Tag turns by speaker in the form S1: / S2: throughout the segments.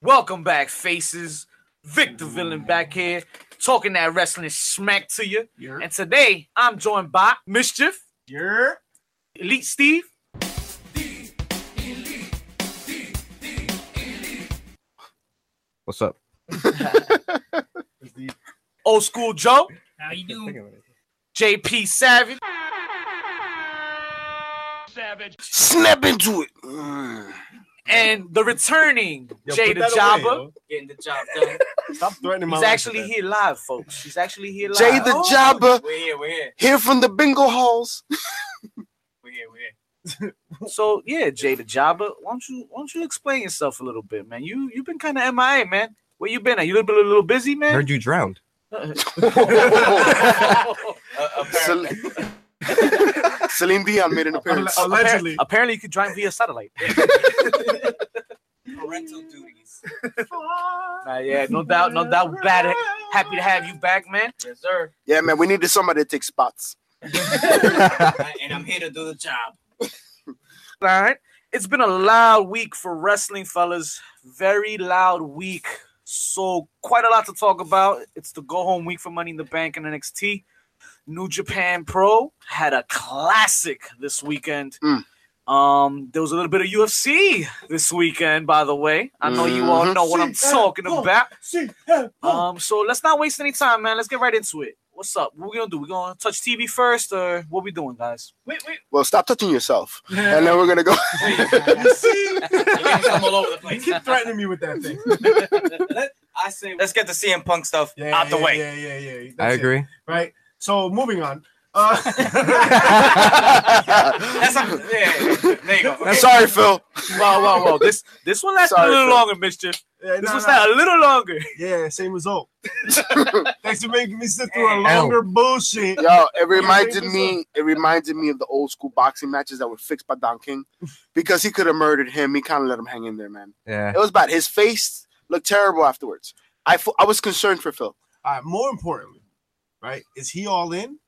S1: Welcome back, faces. Victor Villain back here, talking that wrestling smack to you.
S2: You're,
S1: And today, I'm joined by Mischief,
S2: you're
S1: Elite Steve,
S3: What's up?
S2: is the
S1: Old School Joe,
S4: How you doing?
S1: JP Savage,
S5: Snap into it. Mm.
S1: and the returning
S2: Yo,
S1: Jay
S2: put
S1: the
S2: that away,
S1: Jobber.
S2: yo.
S4: Getting the job done.
S2: Stop threatening my
S1: He's
S2: life
S1: actually
S2: with
S1: here live, folks. She's actually here live.
S5: Jay the
S1: Oh,
S5: Jobber
S4: We're here. We're here.
S5: here from the bingo halls.
S4: We're here. We're here.
S1: So yeah, Jay the Jobber, why don't you why don't you explain yourself a little bit, man? You you've been kind of MIA, man. Where you been? Are you a little bit a little busy, man?
S3: Heard you drowned.
S4: Uh, apparently,
S5: Cel- Celine Dion made an
S2: that.
S5: appearance.
S2: Alle- Allegedly.
S1: Apparently, you could drive via satellite.
S4: parental duties.
S1: Nah, yeah, no doubt, no doubt. We're Glad, happy to have you back, man.
S4: Yes, sir.
S5: Yeah, man, we needed somebody to take spots.
S4: and I'm here to do the job.
S1: All right, it's been a loud week for wrestling, fellas. Very loud week. So quite a lot to talk about. It's the go home week for Money in the Bank and NXT. New Japan Pro had a classic this weekend.
S5: Mm.
S1: Um, there was a little bit of UFC this weekend, by the way. I know you all
S5: Mhm.
S1: know what I'm talking about.
S2: See, hey, oh.
S1: Um, so let's not waste any time, man. Let's get right into it. What's up? What we gonna do? We gonna touch TV first, or what we doing, guys?
S4: Wait, wait.
S5: Well, stop touching yourself.
S2: Yeah.
S5: And then we're going to go.
S2: you see?
S4: You guys come all over the
S2: You
S4: place.
S2: keep threatening me with that thing.
S4: Let- I say, let's get the CM Punk stuff
S2: Yeah,
S4: out the
S2: yeah,
S4: way.
S2: Yeah, yeah, yeah.
S3: I
S2: That's it,
S3: agree.
S2: right? So moving on. Uh,
S4: That's a, yeah, yeah, yeah. There you go.
S5: I'm sorry, Phil.
S1: Whoa, whoa, whoa! This this one lasted
S5: Sorry,
S1: a little
S5: Phil.
S1: longer, mischief.
S2: yeah,
S1: This
S2: nah,
S1: was
S2: nah.
S1: a little longer.
S2: yeah, same result. Thanks for making me sit through a longer bullshit.
S5: Yo, it
S2: You
S5: reminded
S2: made this
S5: me. It reminded me of the old school boxing matches that were fixed by Don King, because he could have murdered him. He kind of let him hang in there, man.
S3: Yeah.
S5: It was bad. His face looked terrible afterwards. I fu- I was concerned for Phil.
S2: All right, more importantly, right? Is he all in?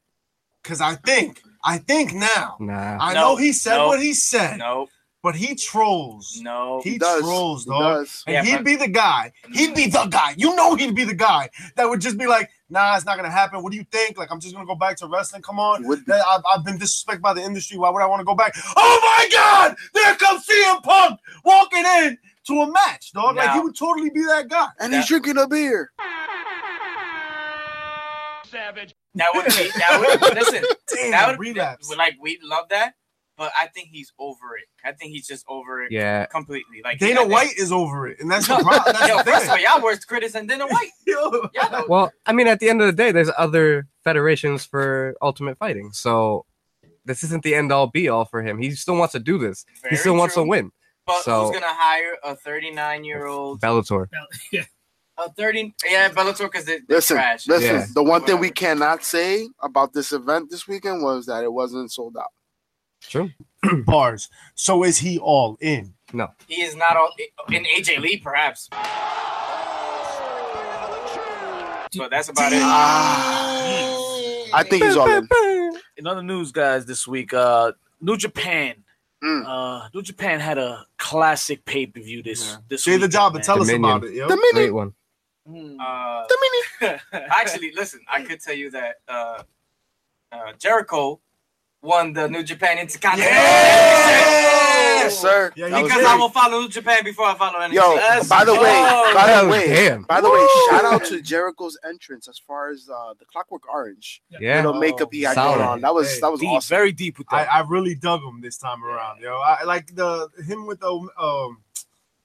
S2: Because I think, I think now.
S3: Nah.
S2: I
S4: No,
S2: know he said
S4: no,
S2: what he said,
S4: No,
S2: but he trolls.
S4: no.
S2: He,
S5: He does.
S2: trolls,
S5: He
S2: dog.
S5: does.
S2: And
S4: Yeah,
S2: he'd
S4: but-
S2: be the guy. He'd be the guy. You know he'd be the guy that would just be like, nah, it's not gonna happen. What do you think? Like, I'm just gonna go back to wrestling. Come on.
S5: He would be.
S2: That- I've, I've been disrespected by the industry. Why would I want to go back? Oh my god! There comes CM Punk walking in to a match, dog. Like
S4: No.
S2: he would totally be that guy.
S5: And he's drinking a beer.
S4: That would be. That would listen.
S2: Damn,
S4: That would
S2: relapse.
S4: that- like we love that, but I think he's over it. I think he's just over it
S3: Yeah.
S4: completely. Like I
S2: Dana
S4: think-
S2: White is over it, and that's the problem. That's
S4: Yo,
S2: the
S4: first of all,
S2: thing.
S4: y'all worse critics than Dana White.
S2: Yo.
S4: Y'all know.
S3: Well, I mean, at the end of the day, there's other federations for Ultimate Fighting, so this isn't the end all be all for him. He still wants to do this.
S4: Very
S3: he still wants
S4: true.
S3: to win.
S4: But
S3: so-
S4: who's gonna hire a 39 year old?
S3: Bellator.
S4: A 30? Yeah, Bellator because they, they're
S5: Listen,
S4: trash.
S5: listen.
S3: Yeah.
S5: The one thing we cannot say about this event this weekend was that it wasn't sold out.
S3: True.
S2: Bars. So is he all in?
S4: He is not all in AJ Lee, perhaps. So that's about it.
S5: I think he's all in.
S1: In other news, guys, this week, uh, New Japan,
S5: Mm.
S1: uh, New Japan had a classic pay per view this
S2: Yeah.
S1: this.
S2: Jay the
S1: weekend,
S2: job
S1: man.
S2: and tell
S3: Dominion.
S2: us about it, yo.
S5: The minute,
S3: Great one.
S1: Mm.
S4: Uh,
S5: the minute.
S4: actually, listen, I could tell you that uh, uh, Jericho won the New Japan Intercontinental.
S2: Yes!
S5: Yes, sir.
S2: Yeah, he
S5: That was
S4: Because
S5: it.
S4: I will follow New Japan before I follow NXT.
S5: Yo,
S1: Yes.
S5: by the way,
S1: Oh,
S5: by
S3: that
S5: the
S3: was
S5: way,
S3: damn.
S5: by the way, shout out to Jericho's entrance as far as uh, the Clockwork Orange
S3: Yeah.
S5: little makeup he had
S3: Solid.
S5: going on. That was
S2: Hey.
S5: that was
S1: Deep,
S5: awesome.
S1: very deep with
S2: I,
S1: that.
S2: I really dug him this time around, yo. I like the him with the um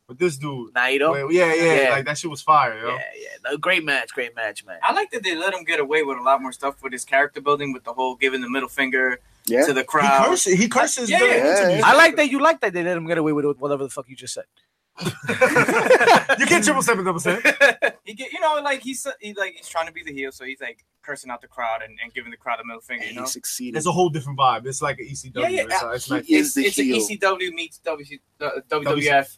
S2: with this dude.
S1: Naito,
S2: Wait, yeah, yeah,
S1: Yeah.
S2: like that shit was fire, yo.
S1: yeah, yeah, a great match, great match, man.
S4: I like that they let him get away with a lot more stuff with his character building, with the whole giving the middle finger
S5: Yeah,
S4: to the
S2: He
S4: crowd.
S2: curses. He curses.
S4: Yeah,
S2: the
S4: yeah.
S2: interviews.
S1: I like that you like that they let him get away with whatever the fuck you just said.
S2: you get triple step and double step.
S4: He get, you know, like he's he, like he's trying to be the heel, so he's like cursing out the crowd and, and giving the crowd a middle
S5: and
S4: finger. You
S5: he
S4: know,
S5: succeeded.
S2: It's a whole different vibe. It's like an ECW.
S4: Yeah, yeah,
S2: It's, uh, it's like
S5: He is
S4: it's,
S5: the
S4: it's an
S5: heel.
S4: ECW meets WC, uh, WWF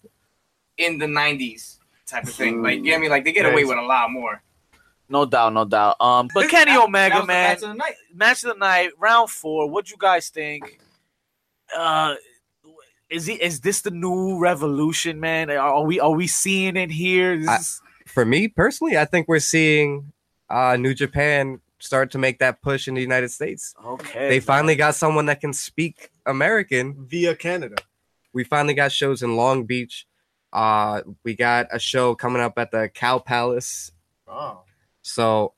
S4: in the '90s type of thing. Like, you
S5: Hmm.
S4: know what I mean? Like they get
S2: Yeah,
S4: away
S2: it's-
S4: with a lot more.
S1: No doubt, no doubt. Um, but
S4: This-
S1: Kenny
S4: that- that
S1: Omega,
S4: was the
S1: man,
S4: match of the night.
S1: match of the night, round four. What you guys think? Uh, is he is this the new revolution, man? Are we are we seeing it here? This
S3: I-
S1: is-
S3: For me personally, I think we're seeing uh, New Japan start to make that push in the United States.
S1: okay.
S3: They finally got someone that can speak American
S2: via Canada.
S3: we finally got shows in Long Beach. Uh, we got a show coming up at the Cow Palace.
S2: Oh,
S3: So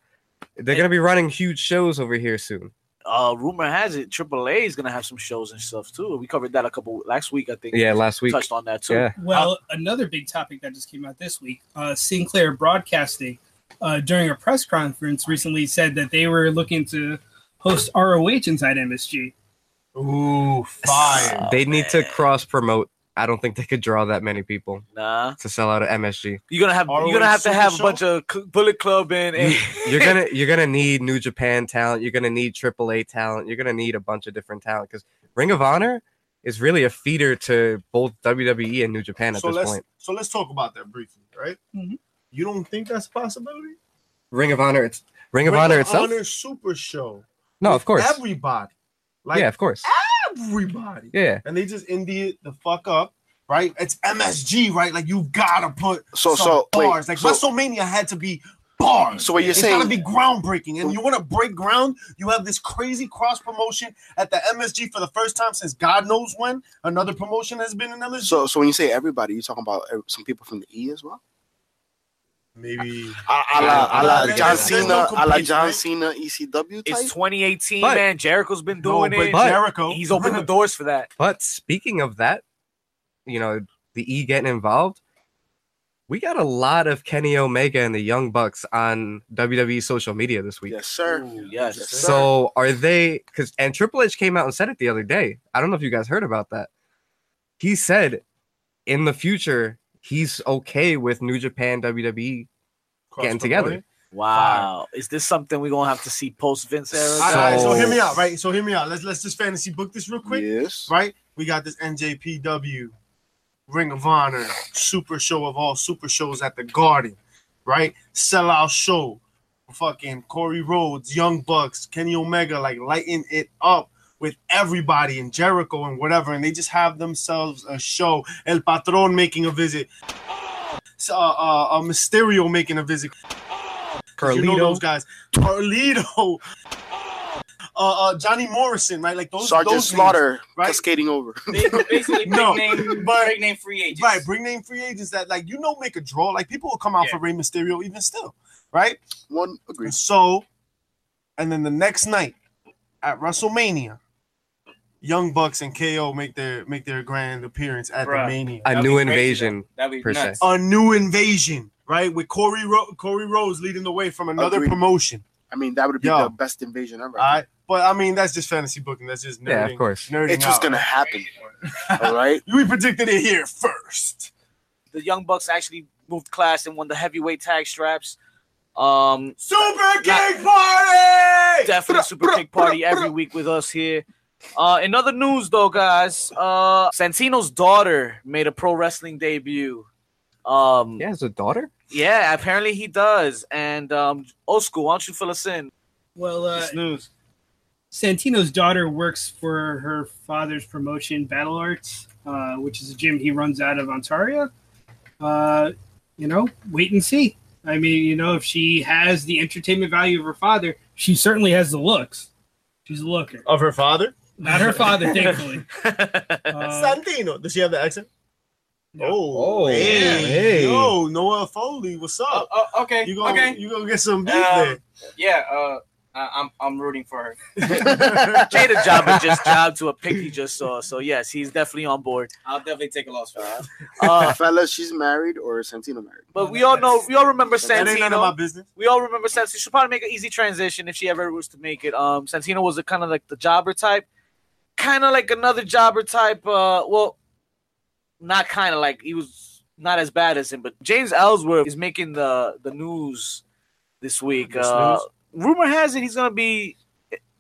S3: they're gonna be running huge shows over here soon.
S1: uh rumor has it AAA is gonna have some shows and stuff too. We covered that a couple last week, I think.
S3: Yeah, last week.
S1: touched on that too.
S3: Yeah,
S6: Well, another big topic that just came out this week uh, Sinclair Broadcasting, uh, during a press conference recently, said that they were looking to host ROH inside MSG.
S2: ooh, fire!
S3: they need to cross promote. I don't think they could draw that many people
S1: Nah,
S3: to sell out of MSG.
S1: you're gonna have
S2: ROH
S1: you're gonna have to
S2: Super
S1: have a
S2: Show?
S1: bunch of cl- Bullet Club and, and
S3: You're gonna you're gonna need New Japan talent. You're gonna need AAA talent. You're gonna need a bunch of different talent because Ring of Honor is really a feeder to both WWE and New Japan at
S2: so
S3: this
S2: let's
S3: point.
S2: so let's talk about that briefly, right?
S6: Mhm.
S2: You don't think that's a possibility?
S3: Ring of Honor, it's Ring of
S2: Ring
S3: Honor itself.
S2: Honor Super Show.
S3: no, of course.
S2: Everybody, like
S3: yeah, of course.
S2: everybody,
S3: Yeah.
S2: and they just indie it the fuck up, right? It's MSG, right? Like you gotta put
S5: So-
S2: some
S5: so, wait,
S2: bars. like
S5: so-
S2: WrestleMania had to be bars.
S5: So what you're
S2: it's
S5: saying-
S2: gotta be groundbreaking, and you want to break ground. You have this crazy cross promotion at the MSG for the first time since God knows when another promotion has been in MSG.
S5: So, so when you say everybody, you talking about ev- some people from the E as well? A a
S2: Maybe Yeah.
S5: la, a la
S2: Yeah.
S5: John
S2: There's no
S5: Cena, a la
S2: compete,
S5: John
S2: right?
S5: Cena ECW
S1: it's
S5: type.
S1: 2018,
S3: But-
S1: man. Jericho's been
S2: no,
S1: doing
S2: but
S1: it.
S2: Jericho.
S1: He's opened the doors for that.
S3: But speaking of that, you know, the E getting involved, we got a lot of Kenny Omega and the Young Bucks on WWE social media this week.
S5: Yes, sir.
S1: Ooh, yes.
S5: Yes.
S3: So are they? Because and Triple H came out and said it the other day. I don't know if you guys heard about that. He said, in the future, he's okay with New Japan E WWE. Getting together.
S1: Wow. Is this something we're gonna have to see post Vince era?
S2: All right, all right, so
S3: So-
S2: hear me out, right? So hear me out. Let's let's just fantasy book this real quick,
S5: Yes.
S2: right? We got this NJPW, Ring of Honor, Super Show of all Super Shows at the Garden, right? Sellout show, fucking Corey Rhodes, Young Bucks, Kenny Omega, like lighting it up with everybody in Jericho and whatever, and they just have themselves a show. El Patron making a visit, S- uh, uh, uh, Mysterio making a visit. You know those
S3: Carlito,
S2: guys. Carlito. Uh, uh, Johnny Morrison, right? Like those.
S5: Sergeant
S2: those
S5: Slaughter
S2: right?
S5: cascading over.
S4: They basically
S2: No,
S4: big name,
S2: but-
S4: big name free
S2: names.
S4: agents.
S2: Right, bring name free agents that like you know make a draw. Like people will come out
S4: Yeah.
S2: for Rey Mysterio even still, right?
S5: One agreed.
S2: So, and then the next night at WrestleMania, Young Bucks and KO make their make their grand appearance at
S4: Bruh.
S2: the Mania.
S3: a
S4: That'd
S3: new
S4: be crazy,
S3: invasion.
S4: though. That'd be
S3: per se.
S4: nuts.
S2: A new invasion, right? With Corey Ro- Corey Rose leading the way from another
S5: Agreed.
S2: promotion.
S5: I mean, that would be
S2: Yo.
S5: the best invasion ever.
S2: All right, but I mean that's just fantasy booking. That's just nerding,
S3: Yeah, of course.
S2: nerding
S5: It's just
S2: out.
S5: gonna happen. All right.
S2: We predicted it here first.
S1: the Young Bucks actually moved class and won the heavyweight tag straps. Um,
S2: Super
S1: Kick
S2: Party!
S1: definitely super kick party every week with us here. Uh, in other news, though, guys, uh, Santino's daughter made a pro wrestling debut. Um,
S3: Yeah, has a daughter.
S1: yeah, apparently he does. And um, old school, why don't you fill us in?
S6: Well, uh,
S1: This news.
S6: Santino's daughter works for her father's promotion, Battle Arts, uh, which is a gym he runs out of Ontario. Uh, you know, wait and see. I mean, you know, if she has the entertainment value of her father, she certainly has the looks. She's a looker.
S2: Of her father?
S6: Not her father, thankfully. Uh,
S2: Santino. Does she have the accent?
S6: No.
S2: Oh,
S3: Oh,
S2: hey.
S3: hey.
S2: Yo, Noel Foley, what's
S4: Oh,
S2: up?
S4: oh, okay.
S2: You gonna
S4: okay.
S2: you gonna get some beef
S4: Uh,
S2: there?
S4: yeah. Uh, I, I'm I'm rooting for her.
S1: Jada Jabba just jobbed to a pick he just saw. So, yes, he's definitely on board.
S4: I'll definitely take a loss for her.
S1: Uh,
S5: Fella, she's married or Santino married.
S1: but we all know, we all remember
S2: That ain't none of my
S1: Santino.
S2: business.
S1: we all remember Santino. She should probably make an easy transition if she ever was to make it. Um, Santino was a kind of like the jobber type, kind of like another jobber type. Uh, well, not kind of like he was not as bad as him, but James Ellsworth is making the the news this week.
S2: This
S1: Uh, rumor has it he's gonna be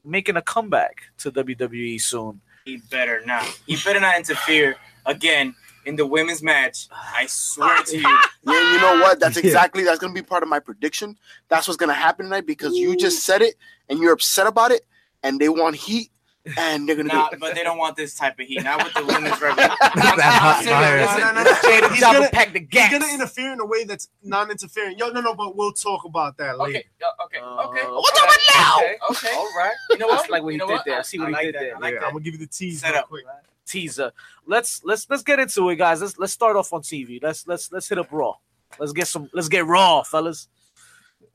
S1: making a comeback to WWE soon.
S4: He better not. He better not interfere again in the women's match. I swear to you.
S5: Yeah, you know what? That's
S3: Yeah.
S5: exactly that's gonna be part of my prediction. That's what's gonna happen tonight because you just said it and you're upset about it, and they want heat. and they're gonna
S4: Nah,
S5: do it.
S4: but they don't want this type of heat. Not with the women's revenue.
S3: That hot fire.
S2: No, no, no, no.
S1: Jada,
S2: He's
S1: double
S2: gonna-
S1: pack the
S2: He's
S1: gas.
S2: gonna interfere in a way that's non-interfering. Yo, no, no, but we'll talk about that later.
S4: Okay, uh, okay, okay.
S1: Uh,
S4: What's up with now? Okay, okay.
S1: All right.
S4: You know what?
S1: That's like what he
S4: you know
S1: did there. I
S4: I
S1: see what he
S4: like
S1: did
S4: that.
S1: there.
S4: I like
S2: yeah, I'm
S4: that.
S2: gonna give you the tease
S4: Set
S2: real
S4: up.
S2: quick.
S1: Teaser. Let's let's let's get into it, guys. Let's let's start off on TV. Let's let's let's hit up Raw. Let's get some. Let's get Raw, fellas.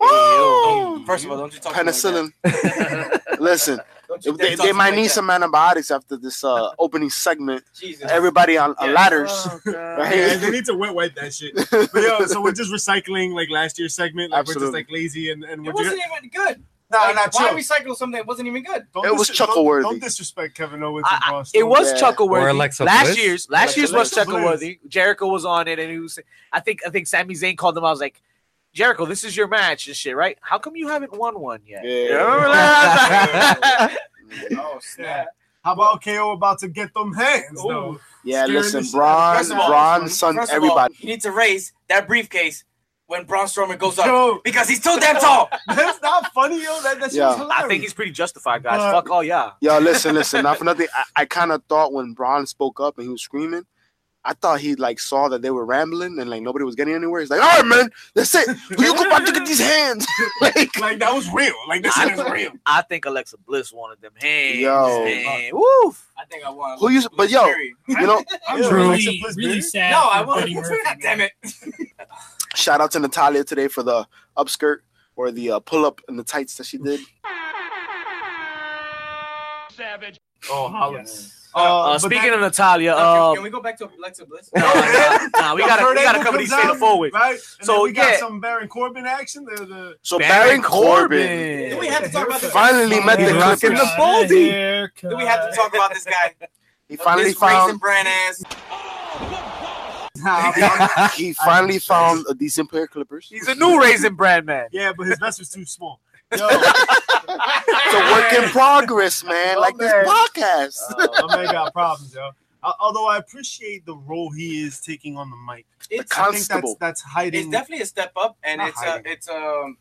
S4: Um, First of all, don't you talk to me like
S5: penicillin.
S4: that.
S5: Listen,
S4: Don't you dare
S5: they,
S4: talk
S5: they
S4: to me
S5: might
S4: like
S5: need
S4: that.
S5: some antibiotics after this uh, opening segment.
S4: Jesus.
S5: Everybody on, on
S4: Yeah.
S5: ladders.
S2: Yeah, they need to wet wipe that shit. But yo, so we're just recycling like last year's segment. Like we're just
S5: Absolutely.
S2: like lazy and and we're
S4: It
S2: just
S4: wasn't even good.
S2: nah,
S4: Like,
S2: not
S4: why
S2: chill.
S4: recycle something that wasn't even good?
S2: Don't
S5: It was
S2: dis- don't-
S5: chuckle-worthy.
S2: Don't disrespect Kevin Owens.
S1: I-
S2: and Braun
S1: It
S2: Strowman.
S1: was
S5: Yeah.
S1: chuckleworthy.
S3: Or Alexa
S1: last
S3: Bliss.
S1: year's last
S5: Alexa
S1: year's was
S2: Bliss.
S1: chuckleworthy. Jericho was on it, and he was. I think I think Sami Zayn called him. I was like, Jericho, this is your match and shit, right? How come you haven't won one yet?
S5: Yeah.
S4: Oh snap!
S2: How about KO about to get them hands though?
S5: Yeah,
S2: Scaring the
S5: listen,
S2: shit out
S5: Braun,
S2: of me. First of all-
S5: Braun, son,
S4: First of
S5: everybody.
S4: all, he needs to raise that briefcase when Braun Strowman goes up
S2: Yo,
S4: because he's too damn tall.
S2: that's not funny, yo. That, that shit
S5: Yeah.
S2: was hilarious.
S1: I think he's pretty justified, guys.
S2: But-
S1: Fuck all y'all.
S5: Yo, listen, listen. Not for nothing. I, I kind of thought when Braun spoke up and he was screaming, I thought he like saw that they were rambling and like nobody was getting anywhere. He's like, "All right, man, that's it. Will you go back to get these hands?" like,
S2: like that was real. Like this shit is real.
S1: I think Alexa Bliss wanted them hands.
S5: Yo.
S1: man. Uh, Woof.
S4: I think I won.
S5: Who you- but yo,
S4: Period.
S5: you know,
S6: I'm
S2: Yeah.
S6: really,
S2: Alexa Bliss,
S6: really
S2: dude.
S6: sad.
S4: No,
S6: for
S4: I won.
S6: Buddy Murphy, man.
S4: Damn it!
S5: shout out to Natalia today for the upskirt or the uh, pull up and the tights that she did.
S2: Oh,
S6: Yes.
S1: Uh,
S2: but
S1: speaking
S2: that-
S1: of Natalia,
S4: Can-
S1: uh,
S4: can we go back to Alexa Bliss?
S1: nah, nah, nah, we
S2: Yo,
S1: gotta
S2: Kurt
S1: we gotta cover
S2: Angle comes
S1: these straight
S2: out,
S1: forward.
S2: right? And
S1: So,
S2: then we got
S1: yeah.
S2: some Baron Corbin action. The, the
S5: So Baron, Corbin,
S4: Do we have to talk about this?
S5: finally met
S3: He's
S5: the
S3: rocking
S5: Clippers.
S3: the
S6: Got a
S3: Baldy.
S6: haircut.
S4: Do we have to talk about this guy?
S5: He finally
S4: this raisin
S5: found.
S4: brand ass.
S5: He finally found a decent pair of Clippers.
S1: He's a new Raisin Brand man.
S2: yeah, but his vest was too small. Yo,
S5: It's a work in progress, man. Like this podcast.
S1: Oh,
S2: my man Uh, got problems, yo. Al- Although I appreciate the role he is taking on the mic,
S4: It's,
S5: con-
S2: I think that's
S5: Constable.
S2: that's
S4: it's
S2: hiding.
S4: definitely a step up, and
S2: Not
S4: it's uh,
S2: hiding.
S4: it's um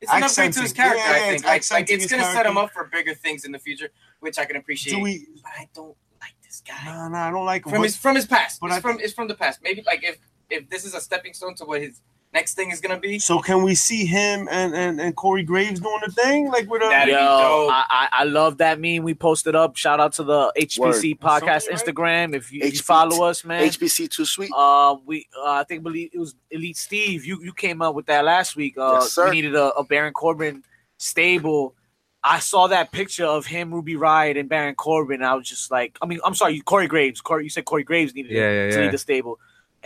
S4: it's an upgrade to his
S2: Accenting. Yeah, yeah,
S4: character. I
S2: it's
S4: think like, like
S2: accenting
S4: it's
S2: his
S4: gonna set him
S2: character.
S4: up for bigger things in the future, which I can appreciate.
S2: Do we?
S4: But I don't like this guy.
S2: e- Nah, nah, I don't like him.
S4: from
S2: But
S4: his from his past.
S2: but
S4: It's
S2: I-
S4: from it's from the past. Maybe like if if this is a stepping stone to what his next thing is gonna be.
S2: so can we see him and and and Corey Graves doing the thing like with
S4: That'd
S2: a?
S4: be
S1: Yo,
S4: dope.
S1: I, I I love that meme we posted up. Shout out to the HPC
S2: Word.
S1: podcast
S2: Something,
S1: Instagram. If you, you
S5: HPC.
S1: follow us, man.
S5: HBC too sweet.
S1: Uh, we uh, I think believe it was Elite Steve. You you came up with that last week. Uh,
S5: Yes, sir.
S1: We needed a, a Baron Corbin stable. I saw that picture of him, Ruby Riot, and Baron Corbin. I was just like, I mean, I'm sorry, you Corey Graves. Corey, you said Corey Graves needed
S3: Yeah, yeah,
S1: to
S3: yeah.
S1: lead the stable,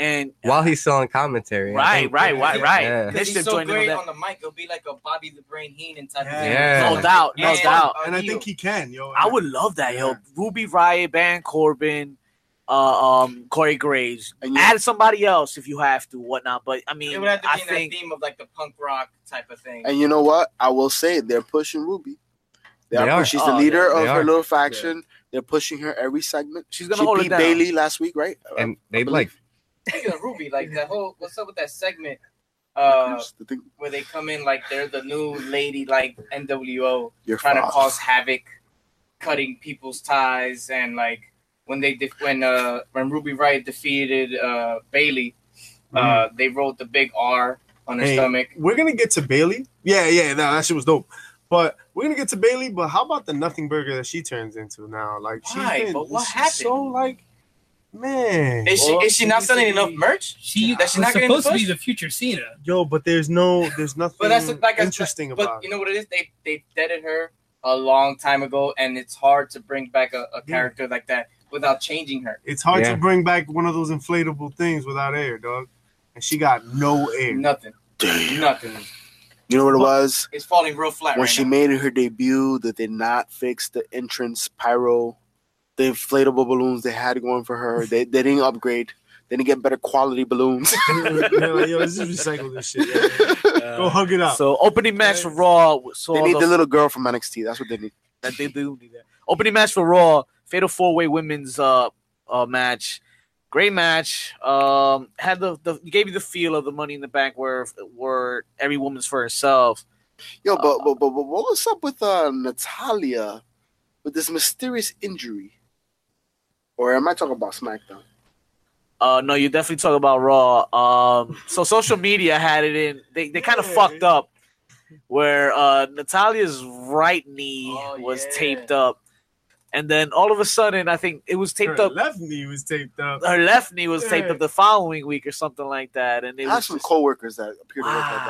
S1: and
S3: While he's still on commentary. I
S1: right,
S3: think-
S1: right, right, right.
S3: Yeah.
S1: They should
S4: Because he's
S1: have
S4: so
S1: joined in on
S4: great
S1: that.
S4: on the mic, it'll be like a Bobby the Brain Heenan type of
S2: Yeah.
S4: thing.
S3: Yeah.
S1: No doubt, no
S4: And
S1: doubt.
S4: a
S2: And I
S4: heel.
S2: think he can, yo.
S1: I would love that, yo. Ruby Riot, Baron Corbin, uh, um, Corey Graves.
S5: And you-
S1: Add somebody else if you have to, whatnot. But I mean,
S4: Uh, it would have to be
S1: I
S4: in
S1: think
S4: that theme of like the punk rock type of thing.
S5: And you know what? I will say they're pushing Ruby. They
S3: They
S5: are.
S3: are.
S5: She's the
S1: Oh,
S5: leader
S3: they
S5: of her
S3: are.
S5: little faction. They're pushing her every segment.
S1: she's gonna
S5: She
S1: hold it
S5: beat
S1: down.
S5: Bailey last week, right? Uh,
S3: And they like
S4: Speaking of Ruby, like that whole what's up with that segment uh
S5: the thing,
S4: where they come in like they're the new lady like NWO
S5: your
S4: trying to
S5: father.
S4: cause havoc, cutting people's ties, and like when they def when uh when Ruby Riot defeated uh Bailey, uh they wrote the big R on her
S2: Hey.
S4: stomach.
S2: We're gonna get to Bailey. Yeah, yeah, no, that shit was dope. But we're gonna get to Bailey. But how about the nothing burger that she turns into now? Like, she's
S4: Why?
S2: been-
S4: But what
S2: she's
S4: happened?
S2: So like, man,
S4: Is she is she not selling enough merch?
S6: She
S4: That she
S6: was
S4: not getting
S6: supposed to be
S4: pushed?
S6: the future Cena.
S2: yo, but there's no, there's nothing
S4: But that's like I-
S2: interesting about
S4: But you know what it is? They they deaded her a long time ago, and it's hard to bring back a, a character like that without changing her.
S2: it. It's hard
S3: Yeah.
S2: to bring back one of those inflatable things without air, dog. And she got no air.
S4: Nothing, nothing.
S5: You know what it was?
S4: It's falling real flat.
S5: When
S4: right
S5: she
S4: now.
S5: made her debut, that they did not fix the entrance pyro, the inflatable balloons they had going for her. They, they didn't upgrade. They didn't get better quality balloons.
S2: They're like, yo, let's just recycle this shit. yeah, yeah. Go hug it out.
S1: So opening match for Raw. So
S5: they
S1: all
S5: need the
S1: the-
S5: little girl from NXT. That's what they need.
S1: that they do need that. Opening match for Raw, Fatal Four Way Women's uh, uh match. Great match. Um, had the, the gave you the feel of the Money in the Bank where where every woman's for herself.
S5: Yo, but, but, but, but what was up with uh, Natalia with this mysterious injury. Or am I talking about SmackDown?
S1: Uh, no, you definitely talk about Raw. Um, so social media had it in. They they kind of
S6: Yeah.
S1: fucked up where uh, Natalia's right knee
S4: Oh,
S1: was
S4: yeah.
S1: taped up, and then all of a sudden, I think it was taped
S2: Her
S1: up.
S2: left knee was taped up.
S1: Her left knee was taped
S2: Yeah.
S1: up the following week or something like that, and it
S5: I have
S1: was
S5: some
S1: just,
S5: coworkers that appear to work like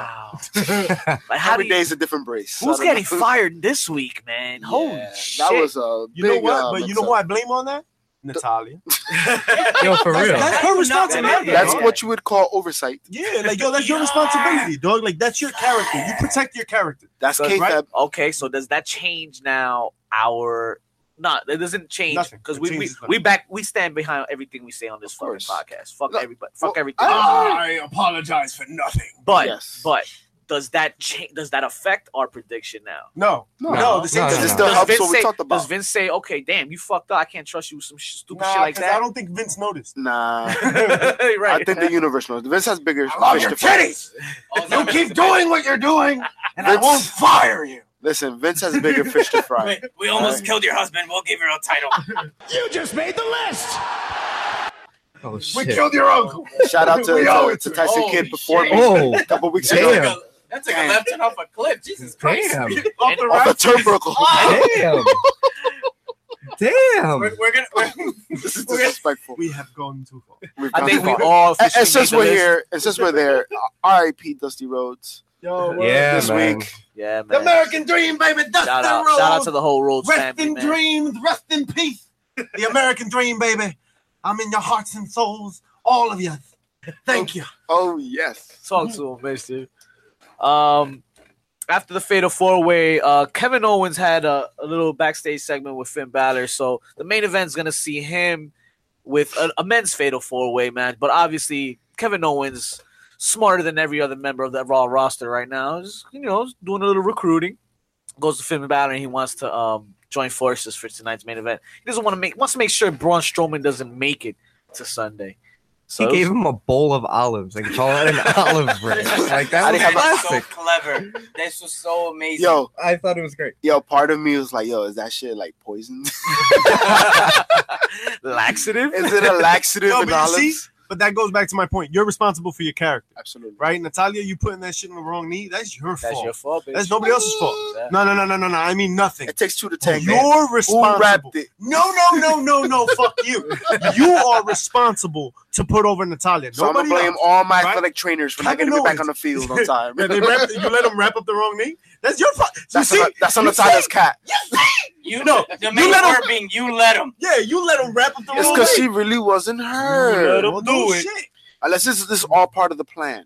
S5: that.
S1: wow. Like, how do
S5: Every
S1: you-
S5: day is a different brace. I
S1: who's
S5: don't know.
S1: getting fired this week, man? Holy
S4: Yeah, that
S1: shit!
S5: That was a
S2: You know
S5: big,
S2: what?
S5: uh,
S2: but you
S5: mix
S2: know
S5: up.
S2: who I blame on that? Natalia.
S3: Yo, for real.
S2: That's her responsibility.
S1: Yeah,
S5: That's
S1: yeah.
S5: what you would call oversight.
S2: Yeah, like yo, that's your responsibility, dog. Like that's your character. You protect your character.
S5: That's
S1: That's
S5: K
S2: right.
S5: Fab.
S1: okay, so does that change now our not it doesn't change
S2: Nothing.
S1: because
S2: It
S1: we, we
S2: changes nothing.
S1: we back we stand behind everything we say on this
S5: Of
S1: fucking
S5: course.
S1: podcast. Fuck
S5: No,
S1: everybody fuck
S5: well,
S1: everything.
S5: I-
S1: else.
S2: apologize for nothing.
S1: but
S5: yes.
S1: but does that change does that affect our prediction now?
S2: No,
S5: No,
S2: no, the same
S3: no,
S5: Does
S2: thing.
S5: it
S3: no.
S5: still
S1: does
S5: helps
S1: Vince
S5: what we
S1: say,
S5: talked
S1: Does
S5: about?
S1: Vince say, "Okay, damn, you fucked up. I can't trust you with some sh- stupid
S2: Nah,
S1: shit like
S2: 'cause I
S1: that"?
S2: don't think Vince noticed.
S5: Nah.
S1: right.
S5: I think the universe knows. Vince has bigger
S2: I love
S5: fish
S2: your
S5: to fry.
S2: titties.
S4: All
S2: You
S4: that-
S2: keep doing what you're doing, and I
S5: Vince-
S2: won't fire you.
S5: Listen, Vince has bigger fish to fry.
S4: We- We almost
S5: Right.
S4: killed your husband. We'll give her a title.
S2: You just made the list.
S3: Oh
S2: We
S3: shit.
S2: killed your uncle.
S5: Shout out to,
S2: We owe
S5: to,
S2: it
S5: to
S2: to-
S5: Tyson
S4: holy
S5: Kidd
S4: shit.
S5: performing
S3: Oh
S5: a couple weeks ago.
S3: damn.
S4: That took a left turn off a cliff. Jesus Christ.
S3: Damn.
S2: Off the
S5: Off the
S2: rafters.
S5: turnbuckle.
S3: Damn.
S4: We're,
S3: Damn.
S4: we're gonna. We're,
S5: this is disrespectful.
S2: We have gone too far.
S5: We've
S1: I
S5: gone
S1: think
S5: too
S1: we
S5: far.
S1: all.
S5: And, and
S1: officially
S5: since
S1: made
S5: we're
S1: the list.
S5: here, and since we're there, uh, R.I.P. Dusty Rhodes.
S2: Yo,
S3: well, Yeah,
S5: this
S3: man.
S5: week,
S1: yeah, man.
S2: The American Dream, baby. Dustin
S1: shout out,
S2: Rhodes.
S1: shout out to the whole Rhodes
S2: Rest
S1: family,
S2: in
S1: man.
S2: dreams, rest in peace. The American dream, baby. I'm in your hearts and souls, all of you. Thank you.
S5: oh yes,
S1: Talk to him, mister. Um, after the fatal four way, uh, Kevin Owens had a, a little backstage segment with Finn Balor. So the main event's gonna see him with a, a men's fatal four way match. But obviously, Kevin Owens smarter than every other member of that Raw roster right now. Is you know is doing a little recruiting. Goes to Finn Balor and he wants to um, join forces for tonight's main event. He doesn't want to make wants to make sure Braun Strowman doesn't make it to Sunday. So
S3: He
S1: it was-
S3: gave him a bowl of olives and called it an olive bread. Like
S5: I
S3: that was
S5: didn't have a-
S4: That's so
S3: classic.
S4: clever. This was so amazing.
S5: yo,
S3: I thought it was great.
S5: yo. Part of me was like, yo, is that shit like poison?
S1: laxative.
S5: is it a laxative
S2: No,
S5: in
S2: but you see-
S5: olives?
S2: But that goes back to my point. You're responsible for your character,
S5: Absolutely.
S2: right? Natalia, you putting that shit in the wrong knee. That's your
S1: That's
S2: fault.
S1: your fault. Bitch.
S2: That's nobody else's fault. No, no, no, no, no, no. I mean nothing.
S5: It takes two to tango.
S2: oh, You're
S5: Who
S2: responsible.
S5: wrapped it?
S2: No, no, no, no, no. Fuck you. You are responsible to put over Natalia.
S5: So
S2: Nobody
S5: I'm gonna blame
S2: else.
S5: all my
S2: right?
S5: athletic trainers for not
S2: Kevin
S5: getting me back
S2: Owens.
S5: on the field on time.
S2: Yeah, they wrapped it- you let them wrap up the wrong knee. That's your fault. You
S5: that's
S2: see,
S5: on, that's on
S2: you
S5: Natalia's
S2: see?
S5: cat.
S2: No,
S4: You know,
S2: you
S4: the main
S2: let him-
S4: word being you let him.
S2: yeah, you let them wrap up the
S5: It's
S2: wrong
S5: because
S2: knee.
S5: she really wasn't
S2: Well,
S5: her.
S2: no
S1: do it.
S2: shit.
S5: Unless this is this is all part of the plan.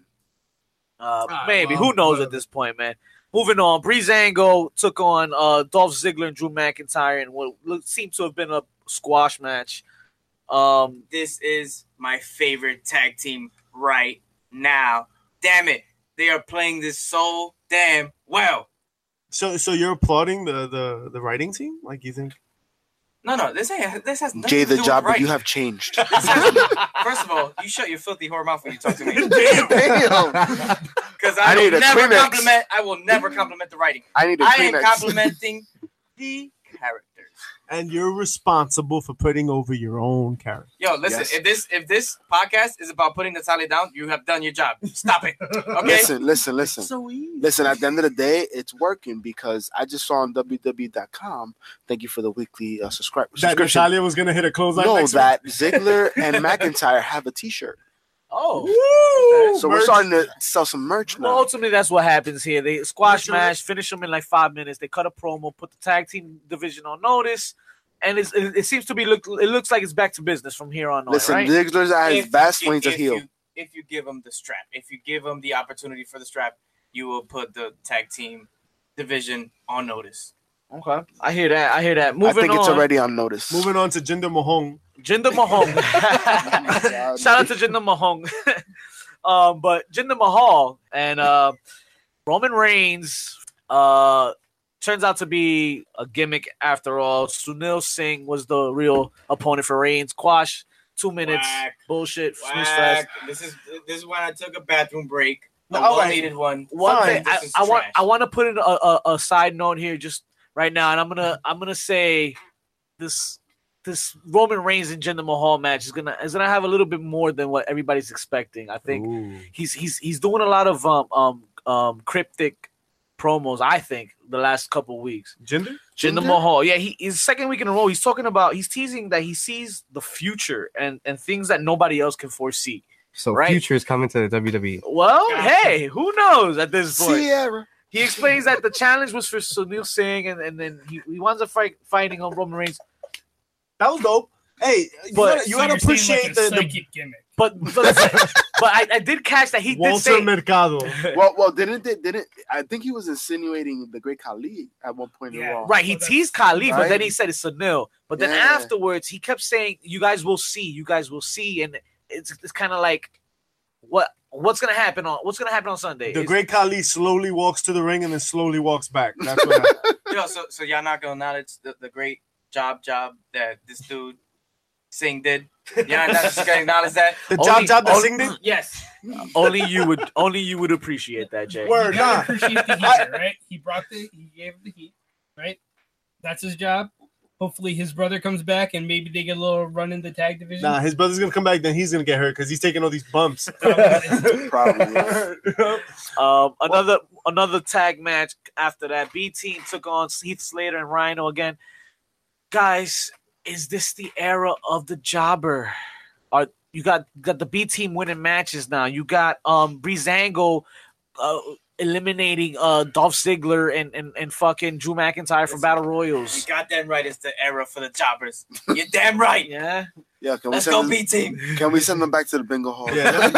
S1: Uh,
S2: Alright,
S1: maybe.
S2: well,
S1: Who knows
S2: whatever.
S1: at this point, man? Moving on. Breezango took on uh, Dolph Ziggler and Drew McIntyre in what looked, seemed to have been a squash match. Um,
S4: This is my favorite tag team right now. Damn it. They are playing this so damn well.
S2: So, so you're applauding the the the writing team? Like you think?
S4: No, no, this ain't, this has nothing
S5: Jay,
S4: to do
S5: the
S4: with
S5: job
S4: right.
S5: you have changed.
S4: This has- First of all, you shut your filthy whore mouth when you talk to me.
S5: Damn.
S4: Because I,
S5: I
S4: will
S5: need a
S4: never
S5: Kleenex.
S4: compliment. I will never
S2: Mm-hmm.
S4: compliment the writing.
S5: I need a
S4: I am
S5: Kleenex.
S4: complimenting the characters.
S2: And you're responsible for putting over your own character.
S4: Yo, listen.
S5: Yes.
S4: If this if this podcast is about putting Natalia down, you have done your job. Stop it. Okay.
S5: Listen, listen, listen.
S2: So easy.
S5: Listen, at the end of the day, it's working because I just saw on www.com. Thank you for the weekly uh, subscribe
S2: That
S5: subscription.
S2: Natalia was gonna hit a clothesline.
S5: Know
S2: next
S5: that Ziggler and McIntyre have a T-shirt,
S1: oh.
S2: Woo!
S5: so we're
S2: Merch.
S5: starting to sell some merch
S1: Well,
S5: now.
S1: ultimately, that's what happens here. They squash
S2: Finish 'em.
S1: match, finish them in like five minutes. They cut a promo, put the tag team division on notice, and it's, it, it seems to be look. It looks like it's back to business from here on
S5: Listen,
S1: on. Right?
S5: Ziggler's at his
S4: If-
S5: vast
S4: if-
S5: swings of
S4: if
S5: heel.
S4: you- If you give them the strap, if you give them the opportunity for the strap, you will put the tag team division on notice.
S1: okay, I hear that. I hear that.
S5: I
S1: Moving
S5: think it's
S1: on.
S5: already on notice. Oh
S2: Moving on to Jinder Mahal.
S1: Jinder Mahal.
S5: God.
S1: Shout out to Jinder Mahal. um, but Jinder Mahal and uh, Roman Reigns uh, turns out to be a gimmick after all. Sunil Singh was the real opponent for Reigns. Quash, two minutes.
S4: Whack.
S1: Bullshit. snooze fest.
S4: Whack. This is this is when I took a bathroom break. A
S2: All right.
S4: well needed one.
S1: One
S2: Fine,
S1: thing
S4: this
S1: I,
S4: is
S1: I want
S4: trash.
S1: I want to put in a, a, a side note here. Just right now, and I'm gonna I'm gonna say this this Roman Reigns and Jinder Mahal match is gonna is gonna have a little bit more than what everybody's expecting. I think
S3: Ooh.
S1: he's he's he's doing a lot of um um um cryptic promos. I think the last couple weeks.
S2: Gender?
S1: Jinder
S5: Jinder?
S1: Mahal. Yeah, he his second week in a row. He's talking about he's teasing that he sees the future and and things that nobody else can foresee.
S3: So
S1: Right.
S3: Future is coming to E. the WWE.
S1: Well,
S6: Gotcha.
S1: hey, who knows at this point?
S5: Sierra.
S1: He explains that the challenge was for Sunil Singh, and, and then he, he winds up fight, fighting on Roman Reigns.
S2: That was dope. Hey, you
S1: But-
S2: gotta, you
S6: So
S2: gotta
S6: you're saying,
S2: appreciate
S6: like,
S2: the,
S6: a
S2: the
S6: psychic gimmick.
S1: But but, but I, I did catch that he did
S2: Walter
S1: say
S2: Mercado.
S5: Well, well, didn't they? Didn't I think he was insinuating the great Khali at one point?
S6: Yeah.
S5: Yeah. Raw.
S1: right. He
S6: Well, that's-
S1: teased Khali, but then
S5: Right.
S1: he said it's Sunil. But then
S5: Yeah.
S1: afterwards, he kept saying, "You guys will see. You guys will see." And it's it's kind of like what what's gonna happen on what's gonna happen on Sunday.
S2: The
S1: It's-
S2: great Khali slowly walks to the ring and then slowly walks back. That's what happened.
S4: Yo, so so y'all not gonna acknowledge the, the great job job that this dude Singh did. Y'all not just gonna acknowledge that.
S2: The
S1: Only-
S2: job, job, the
S1: only-
S2: sing ding.
S4: Yes.
S1: only you would only you would appreciate that, Jay.
S2: Word,
S6: You gotta
S2: nah.
S6: appreciate the heat, right? He brought the, he gave the heat, right? That's his job. Hopefully, his brother comes back and maybe they get a little run in the tag division.
S2: Nah, his brother's gonna come back. Then he's gonna get hurt because he's taking all these bumps.
S5: Probably, yeah.
S1: Um, another another tag match after that. B Team took on Heath Slater and Rhino again. Guys, is this the era of the jobber? Are you got got the B Team winning matches now? You got um Breezango uh, eliminating uh Dolph Ziggler and and, and fucking Drew McIntyre from Battle
S4: You
S1: Royals.
S4: goddamn right it's the era for the jobbers. You're damn right.
S1: Yeah.
S5: yeah, can we
S4: Let's
S5: send
S4: go
S5: them,
S4: B team.
S5: Can we send them back to the bingo hall?
S2: Yeah.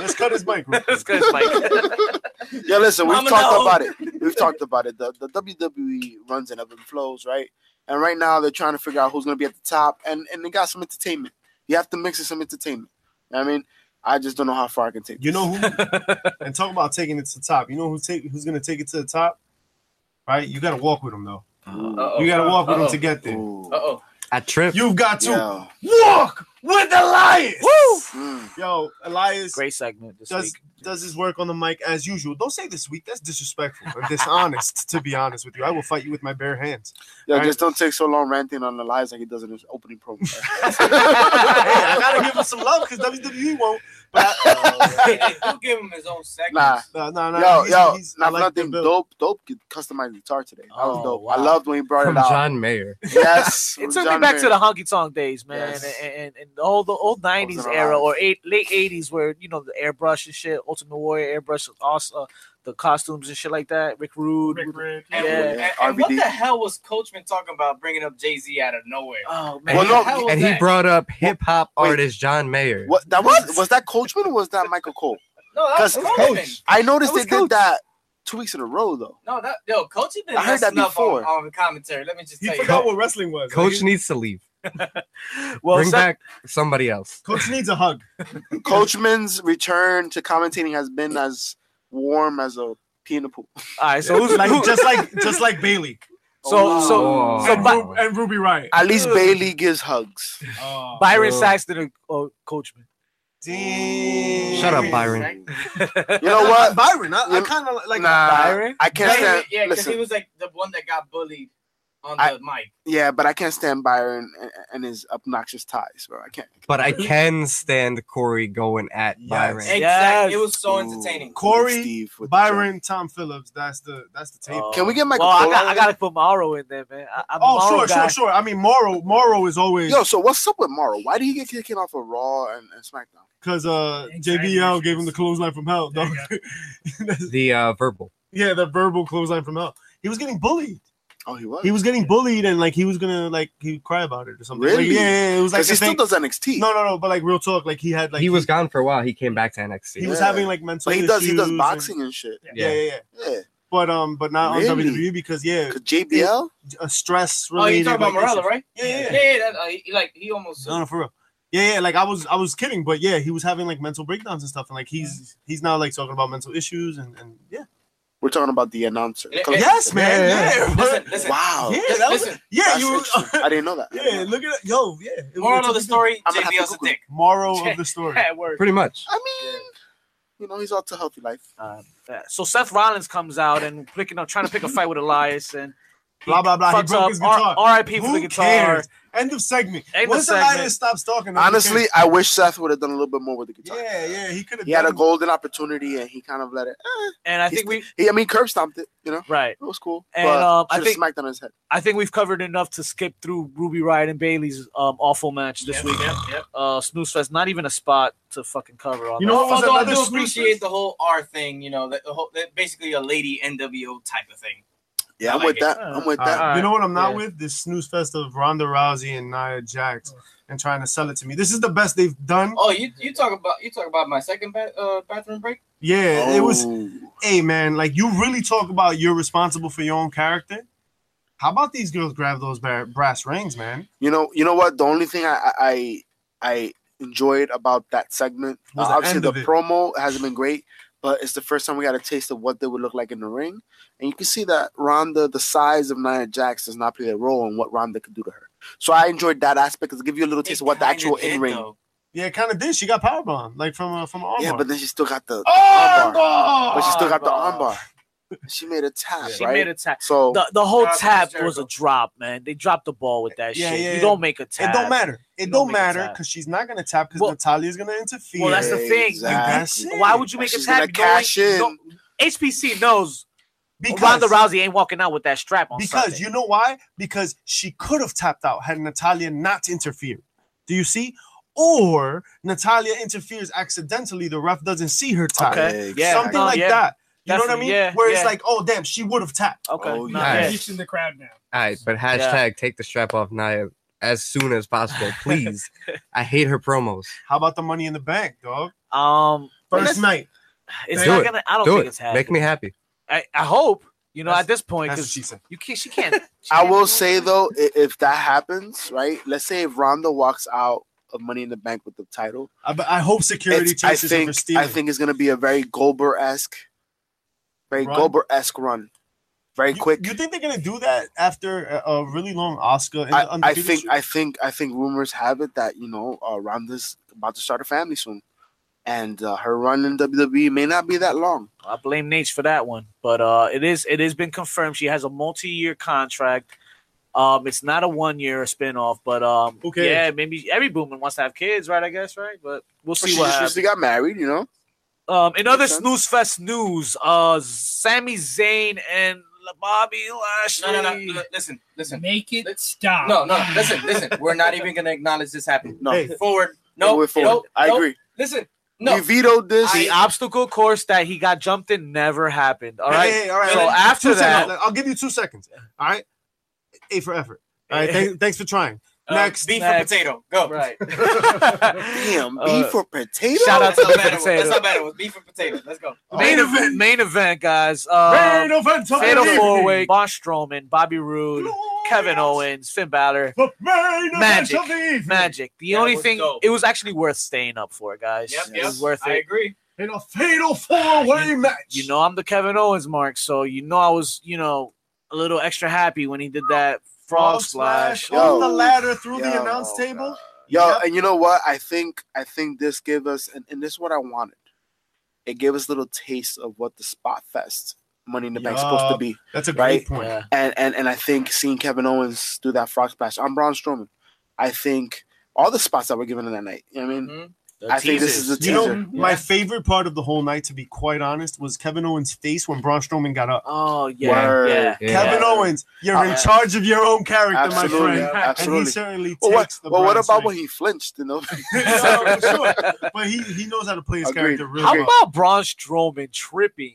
S2: Let's cut his mic. real quick.
S1: That's good, Mike.
S5: Yeah, listen, we've
S4: Mama,
S5: talked
S4: no.
S5: about it. We've talked about it. The, the WWE runs and ebb and flows, right? And right now they're trying to figure out who's going to be at the top, and and they got some entertainment. You have to mix in some entertainment. You know what I mean, I just don't know how far I can take.
S2: You
S5: this.
S2: know who? and talk about taking it to the top. You know who take who's gonna take it to the top? Right? You gotta walk with him though. You gotta walk with him to get there.
S5: Ooh.
S4: Uh oh.
S3: At Trip.
S2: You've got to
S5: Yeah.
S2: walk with Elias.
S1: Woo!
S5: Mm.
S2: Yo, Elias
S1: Great segment this
S2: does
S1: week.
S2: does his work on the mic as usual. Don't say this week. That's disrespectful or dishonest. to be honest with you, I will fight you with my bare hands.
S5: Yeah,
S2: Right.
S5: just don't take so long ranting on the lies like he does in his opening program.
S2: hey, I gotta give him some love because WWE won't. But I,
S4: Hey, they do give him his own segment.
S5: nah.
S2: no, no, no.
S5: Yo,
S2: he's,
S5: yo,
S2: he's, I
S5: not
S2: like the
S5: nothing.
S2: build.
S5: Dope, dope. Get customized guitar today. That was
S1: Oh,
S5: dope. I
S1: wow.
S5: loved when he brought
S3: From
S5: it out.
S3: John Mayer.
S5: Yes,
S1: It
S5: from
S1: took me
S5: John
S1: back to
S5: Mayer.
S1: the honky tonk days, man,
S5: Yes.
S1: and, and and all the old '90s
S5: Those are
S1: era
S5: lives.
S1: or eight, late '80s, where you know the airbrush and shit, Ultimate Warrior airbrush, also the costumes and shit like that. Rick Rude.
S6: Rick Rude.
S4: And,
S1: Yeah.
S4: and- and what
S5: RVD.
S4: the hell was Coachman talking about bringing up Jay Z out of nowhere?
S2: Uh,
S1: Oh man,
S5: Well, no,
S4: How was
S3: And he
S4: that?
S3: brought up hip hop
S5: Wait.
S3: artist John Mayer.
S5: What that was? Was that Coachman or was that Michael Cole?
S4: No, that was
S5: 'Cause-
S4: Coachman.
S5: I noticed
S1: That
S5: they
S1: was Coach.
S5: did that two weeks in a row though.
S4: No, that yo, Coach has been
S5: I heard that
S4: messing up
S5: before.
S4: On, on commentary. Let me just
S2: He
S4: tell you.
S2: forgot what wrestling was.
S3: Coach
S2: Like,
S3: needs to leave.
S1: well,
S3: Bring
S1: Seth-
S3: back somebody else.
S2: Coach needs a hug.
S5: Coachman's return to commentating has been as warm as a pee in the pool.
S1: All right, so who's who-
S2: like just like just like Bailey
S1: so so
S3: Oh.
S1: so Bi-
S2: Ru- and Ruby Riot.
S5: At least Bailey gives hugs.
S2: Oh.
S1: Byron
S3: Oh.
S1: Saxton or, or Coachman.
S2: Damn.
S3: Shut up, Byron.
S5: You know what?
S2: Byron, I, I
S5: You-
S2: kind of like.
S5: nah,
S1: Byron?
S5: I can't stand.
S4: yeah, because he
S5: listen,
S4: was like the one that got bullied on
S5: I-
S4: the mic.
S5: yeah, but I can't stand Byron and, and his obnoxious ties, bro. I can't.
S3: But I can stand Corey going at
S2: Yes.
S3: Byron.
S4: Exactly.
S1: Yes.
S4: It was so entertaining.
S2: Corey,
S5: Steve with the
S2: Byron, Tom Phillips. That's the that's the tape.
S1: Oh.
S5: Can we get Michael
S1: well, I,
S5: Cole
S1: got,
S5: out
S1: I
S5: of
S1: gotta put Morrow in there, man. I, I'm a
S2: oh,
S1: Morrow
S2: sure,
S1: guy.
S2: sure, sure. I mean, Morrow, Morrow is
S5: there?
S2: always
S5: Yo, so what's up with Morrow? Why did he get kicking off of Raw and, and SmackDown?
S2: because uh,
S6: Anxiety
S2: JBL
S6: issues.
S2: gave him the clothesline from hell.
S6: There
S2: dog.
S3: The uh, verbal.
S2: yeah, the verbal clothesline from hell. He was getting bullied.
S5: Oh, he was.
S2: He was getting bullied, and like he was gonna like he would cry about it or something.
S5: Really?
S2: Like, yeah, yeah, yeah, it was like
S5: Because
S2: a
S5: he still
S2: thing.
S5: does NXT.
S2: No, no, no. But like real talk, like he had like
S3: he was gone for a while. He came back to NXT.
S2: he was
S5: Yeah.
S2: having like mental.
S5: but he does. He
S2: issues
S5: does
S2: and-
S5: boxing and shit.
S3: yeah.
S2: yeah, yeah, yeah.
S5: Yeah.
S2: But um, but not
S5: Really?
S2: on WWE because yeah,
S5: 'Cause JBL.
S2: a stress
S4: Oh, you
S2: related.
S4: talking about
S2: like,
S4: Morella,
S2: issue.
S4: right?
S2: Yeah, yeah, yeah.
S4: yeah. that, uh, he- like he almost.
S2: No, no, for real. Yeah, yeah, like I was, I was kidding, but yeah, he was having like mental breakdowns and stuff, and like he's, he's now like talking about mental issues and, and yeah.
S5: We're talking about the announcer.
S4: Yeah,
S5: Cause-
S4: yeah.
S2: Yes, man. Yeah,
S4: listen,
S2: but-
S4: listen.
S5: Wow.
S2: yeah,
S4: Oh, Listen,
S2: that was,
S4: listen,
S2: yeah,
S5: That's
S2: you,
S5: interesting. I didn't know that.
S2: yeah. Look at it, yo, yeah. It was-
S4: Moral of
S2: it's
S4: the
S2: a-
S4: story:
S5: I'm gonna have to
S4: JBL's a
S5: Google
S4: dick.
S2: Moral of the story.
S4: Yeah, word.
S3: Pretty much.
S5: I mean, you know, he's all to healthy life.
S1: Uh, so Seth Rollins comes out and picking up, trying to pick a fight with Elias, and
S2: Blah blah blah. He
S1: Fucked
S2: broke
S1: up.
S2: his
S1: R-
S2: guitar.
S1: R.I.P. for the
S2: Who
S1: guitar.
S2: cares? End of segment.
S1: End of
S2: Once the
S1: segment.
S2: lightest stops talking, nobody
S5: Honestly,
S2: cares.
S5: I wish Seth would have done a little bit more with the guitar.
S2: yeah, yeah, he could have.
S5: He had a
S2: done-
S5: golden opportunity and he kind of let it. eh.
S1: And I
S5: He's
S1: think we
S5: He, I mean, curb stomped it. You know,
S1: right.
S5: it was cool.
S1: And,
S5: but
S1: um, I
S5: should've
S1: think-
S5: smacked on his head.
S1: I think we've covered enough to skip through Ruby Riot and Bailey's um, awful match this
S4: Yep,
S1: week.
S4: Yep, yep.
S1: Uh, Snooze Fest, not even a spot to fucking cover on.
S2: You know
S1: that.
S2: what was
S4: Although I
S2: another
S4: do
S2: sweet
S4: appreciate
S2: place?
S4: the whole R thing, you know, that, the whole, that basically a lady NWO type of thing.
S5: Yeah,
S4: I
S5: I'm
S4: like
S5: with
S4: it.
S5: that. I'm with
S1: Uh,
S5: that.
S1: all right.
S2: You know what I'm not
S1: Yeah.
S2: with? This snooze fest of Ronda Rousey and Nia Jax and trying to sell it to me. This is the best they've done.
S4: Oh, you you talk about you talk about my second ba- uh, bathroom break.
S2: Yeah, uh, it was.
S5: Oh.
S2: Hey man, like you really talk about you're responsible for your own character. How about these girls grab those bar- brass rings, man?
S5: You know, you know what? The only thing I I I I enjoyed about that segment,
S2: Was
S5: uh,
S2: the
S5: obviously
S2: end
S5: the
S2: of it.
S5: promo hasn't been great, but it's the first time we got a taste of what they would look like in the ring, and you can see that Ronda, the size of Nia Jax, does not play a role in what Ronda could do to her. So I enjoyed that aspect. It's give you a little taste of what the
S4: Kinda
S5: actual
S4: did,
S5: in ring.
S4: though.
S2: Yeah, kind of did. She got powerbomb like from uh, from Armbar.
S5: Yeah, but then she still got the, the
S4: Oh,
S5: armbar.
S2: Armbar!
S5: But she still got the
S1: Oh, Armbar.
S5: armbar. She made a tap,
S1: She
S5: right?
S1: made a tap.
S5: so
S1: The, the whole
S4: That's
S1: tap
S4: hysterical.
S1: was a drop, man. They dropped the ball with that
S2: Yeah,
S1: shit.
S2: yeah,
S1: you
S2: yeah.
S1: don't make a tap.
S2: It don't matter. It
S1: You
S2: don't
S1: don't make a
S2: matter
S1: tap.
S2: because she's not gonna tap because
S1: Well-
S2: Natalia's gonna interfere.
S1: Well, that's the thing.
S5: Exactly.
S1: You- why would you make
S5: She's
S1: a tap?
S5: gonna cash in.
S1: knowing- know- HPC knows
S2: because,
S1: Ronda Rousey ain't walking out with that strap on.
S2: because
S1: Sunday.
S2: you know why? Because she could have tapped out had Natalia not interfered. Do you see? Or Natalia interferes accidentally. The ref doesn't see her tap.
S1: okay,
S5: Tag.
S1: yeah,
S2: Something
S1: no,
S2: like
S1: yeah.
S2: that. You know what I
S1: Definitely,
S2: mean?
S1: yeah,
S2: Where
S1: yeah.
S2: it's like, oh damn, she would have tapped.
S1: Okay,
S5: Oh,
S1: no,
S3: yeah.
S1: yeah.
S6: He's in the crowd now.
S3: All right, but hashtag take the strap off Nia as soon as possible, please. I hate her promos.
S2: How about the money in the bank, dog?
S1: Um,
S2: First night.
S1: it's
S3: Do
S1: not
S3: it.
S1: gonna. I don't
S3: Do
S1: think
S3: it.
S1: it's happening.
S3: Make me happy.
S1: I, I hope you know
S2: That's-
S1: at this point
S2: That's what
S1: because
S2: she said.
S1: you can't. She can't. she
S5: I
S1: can't
S5: will
S1: do
S5: say though, i- if that happens, right? Let's say if Ronda walks out of Money in the Bank with the title,
S2: I, but I hope security
S5: it's- I
S2: chases
S5: think
S2: over stealing.
S5: I think it's gonna be a very Goldberg esque, very
S2: Run?
S5: Goldberg esque run, very
S2: you,
S5: quick.
S2: You think they're gonna do that after a, a really long Oscar? and
S5: I, I
S2: undefeated
S5: think
S2: streak?
S5: I think I think rumors have it that you know uh, Ronda's about to start a family soon, and uh, her run in WWE may not be that long.
S1: I blame Nate for that one, but uh, it is it has been confirmed she has a multi year contract. Um, it's not a one year spin off, but um,
S2: Who cares?
S1: yeah, maybe every woman wants to have kids, right? I guess, right? But we'll
S5: She
S1: see what
S5: just
S1: happens.
S5: recently got married, you know.
S1: Um, in other
S5: Makes sense.
S1: snooze fest news, uh, Sami Zayn and Bobby Lashley.
S4: No, no, no. l- Listen, listen.
S6: Make it
S4: Let's-
S6: stop.
S4: No, no. Listen, listen. We're not even gonna acknowledge this happened.
S5: No,
S2: Hey,
S4: Forward. No.
S5: We're forward.
S4: no,
S5: I
S4: no.
S5: agree.
S4: Listen.
S5: We
S4: No.
S5: vetoed this.
S1: The obstacle course that he got jumped in never happened. All
S2: Hey,
S1: right.
S2: hey, all right.
S1: So
S2: all right.
S1: after
S2: Two seconds.
S1: that-
S2: I'll give you two seconds. All right, A for effort. All right, thank, thanks for trying.
S4: Uh,
S2: Next.
S4: Beef and
S1: Next.
S4: potato. Go.
S1: Right.
S5: Damn, beef
S1: Uh,
S5: or potato?
S1: shout out
S4: That's
S1: to
S4: how
S1: beef
S4: bad
S1: and
S4: it was. That's
S1: potato.
S4: how bad it was. Beef and potato. Let's go.
S1: Main
S2: Main event.
S1: event, main event, guys. Um,
S2: Main event of the
S1: Fatal
S2: evening.
S1: four way: Braun Strowman, Bobby Roode,
S2: Glorious.
S1: Kevin Owens, Finn Balor,
S2: The main event
S1: Magic.
S2: of the
S4: Mm-hmm.
S2: evening.
S1: Magic. The
S4: That
S1: only
S4: was
S1: thing
S4: dope.
S1: it was actually worth staying up for, guys.
S4: Yep,
S1: It
S4: yep.
S1: was worth
S4: I
S1: it.
S4: agree.
S2: in a fatal four way match.
S1: You know, I'm the Kevin Owens mark, so you know I was, you know, a little extra happy when he did that frog, splash.
S5: Yo.
S2: on the ladder through the
S5: Yo,
S2: announce table.
S5: God. Yo,
S2: Yep.
S5: and you know what? I think I think this gave us, and, and this is what I wanted. It gave us a little taste of what the spot fest Money in the Bank's supposed to
S2: Yup.
S5: be,
S2: That's a
S5: Right?
S2: great point.
S1: Yeah.
S5: and and and I think seeing Kevin Owens do that frog splash on Braun Strowman, I think all the spots that were given in that night. You know what I mean,
S4: Mhm.
S1: The
S5: I think this
S1: teasers.
S5: is a
S2: Mm-hmm. You
S5: teaser.
S2: know,
S4: Yeah.
S2: my favorite part of the whole night, to be quite honest, was Kevin Owens' face when Braun Strowman got up.
S1: Oh yeah,
S5: Word.
S1: yeah.
S4: Mm-hmm.
S3: Yeah.
S2: Kevin Owens, you're in
S5: Uh,
S2: charge of your own character,
S5: Absolutely,
S2: my friend.
S5: absolutely.
S2: And he certainly
S5: well, what,
S2: takes the
S5: well, what
S2: Braun
S5: about
S2: swing.
S5: when he flinched? You know,
S2: No, for sure. But he, he knows how to play his
S5: Agreed.
S2: character really
S1: How
S2: well.
S1: about Braun Strowman tripping?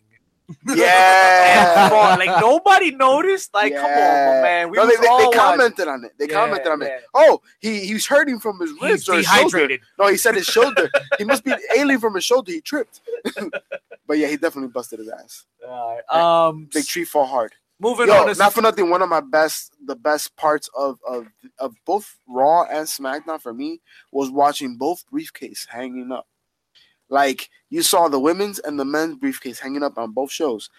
S5: yeah.
S1: Come on, like nobody noticed. Like, come on, my
S5: Yeah.
S1: man. We
S5: No,
S1: was
S5: they, they- they
S1: all watching.
S5: commented on it. They commented on it. Oh, he he's hurting from his
S1: He's
S5: ribs or his shoulder.
S1: dehydrated.
S5: No, he said his shoulder. he must be ailing from his shoulder. He tripped. but yeah, he definitely busted his ass.
S1: All right. Um,
S5: Big tree fall hard.
S1: moving
S5: Yo,
S1: on. To
S5: not for nothing. One of my best, the best parts of of of both Raw and SmackDown for me was watching both briefcase hanging up. Like you saw the women's and the men's briefcase hanging up on both shows.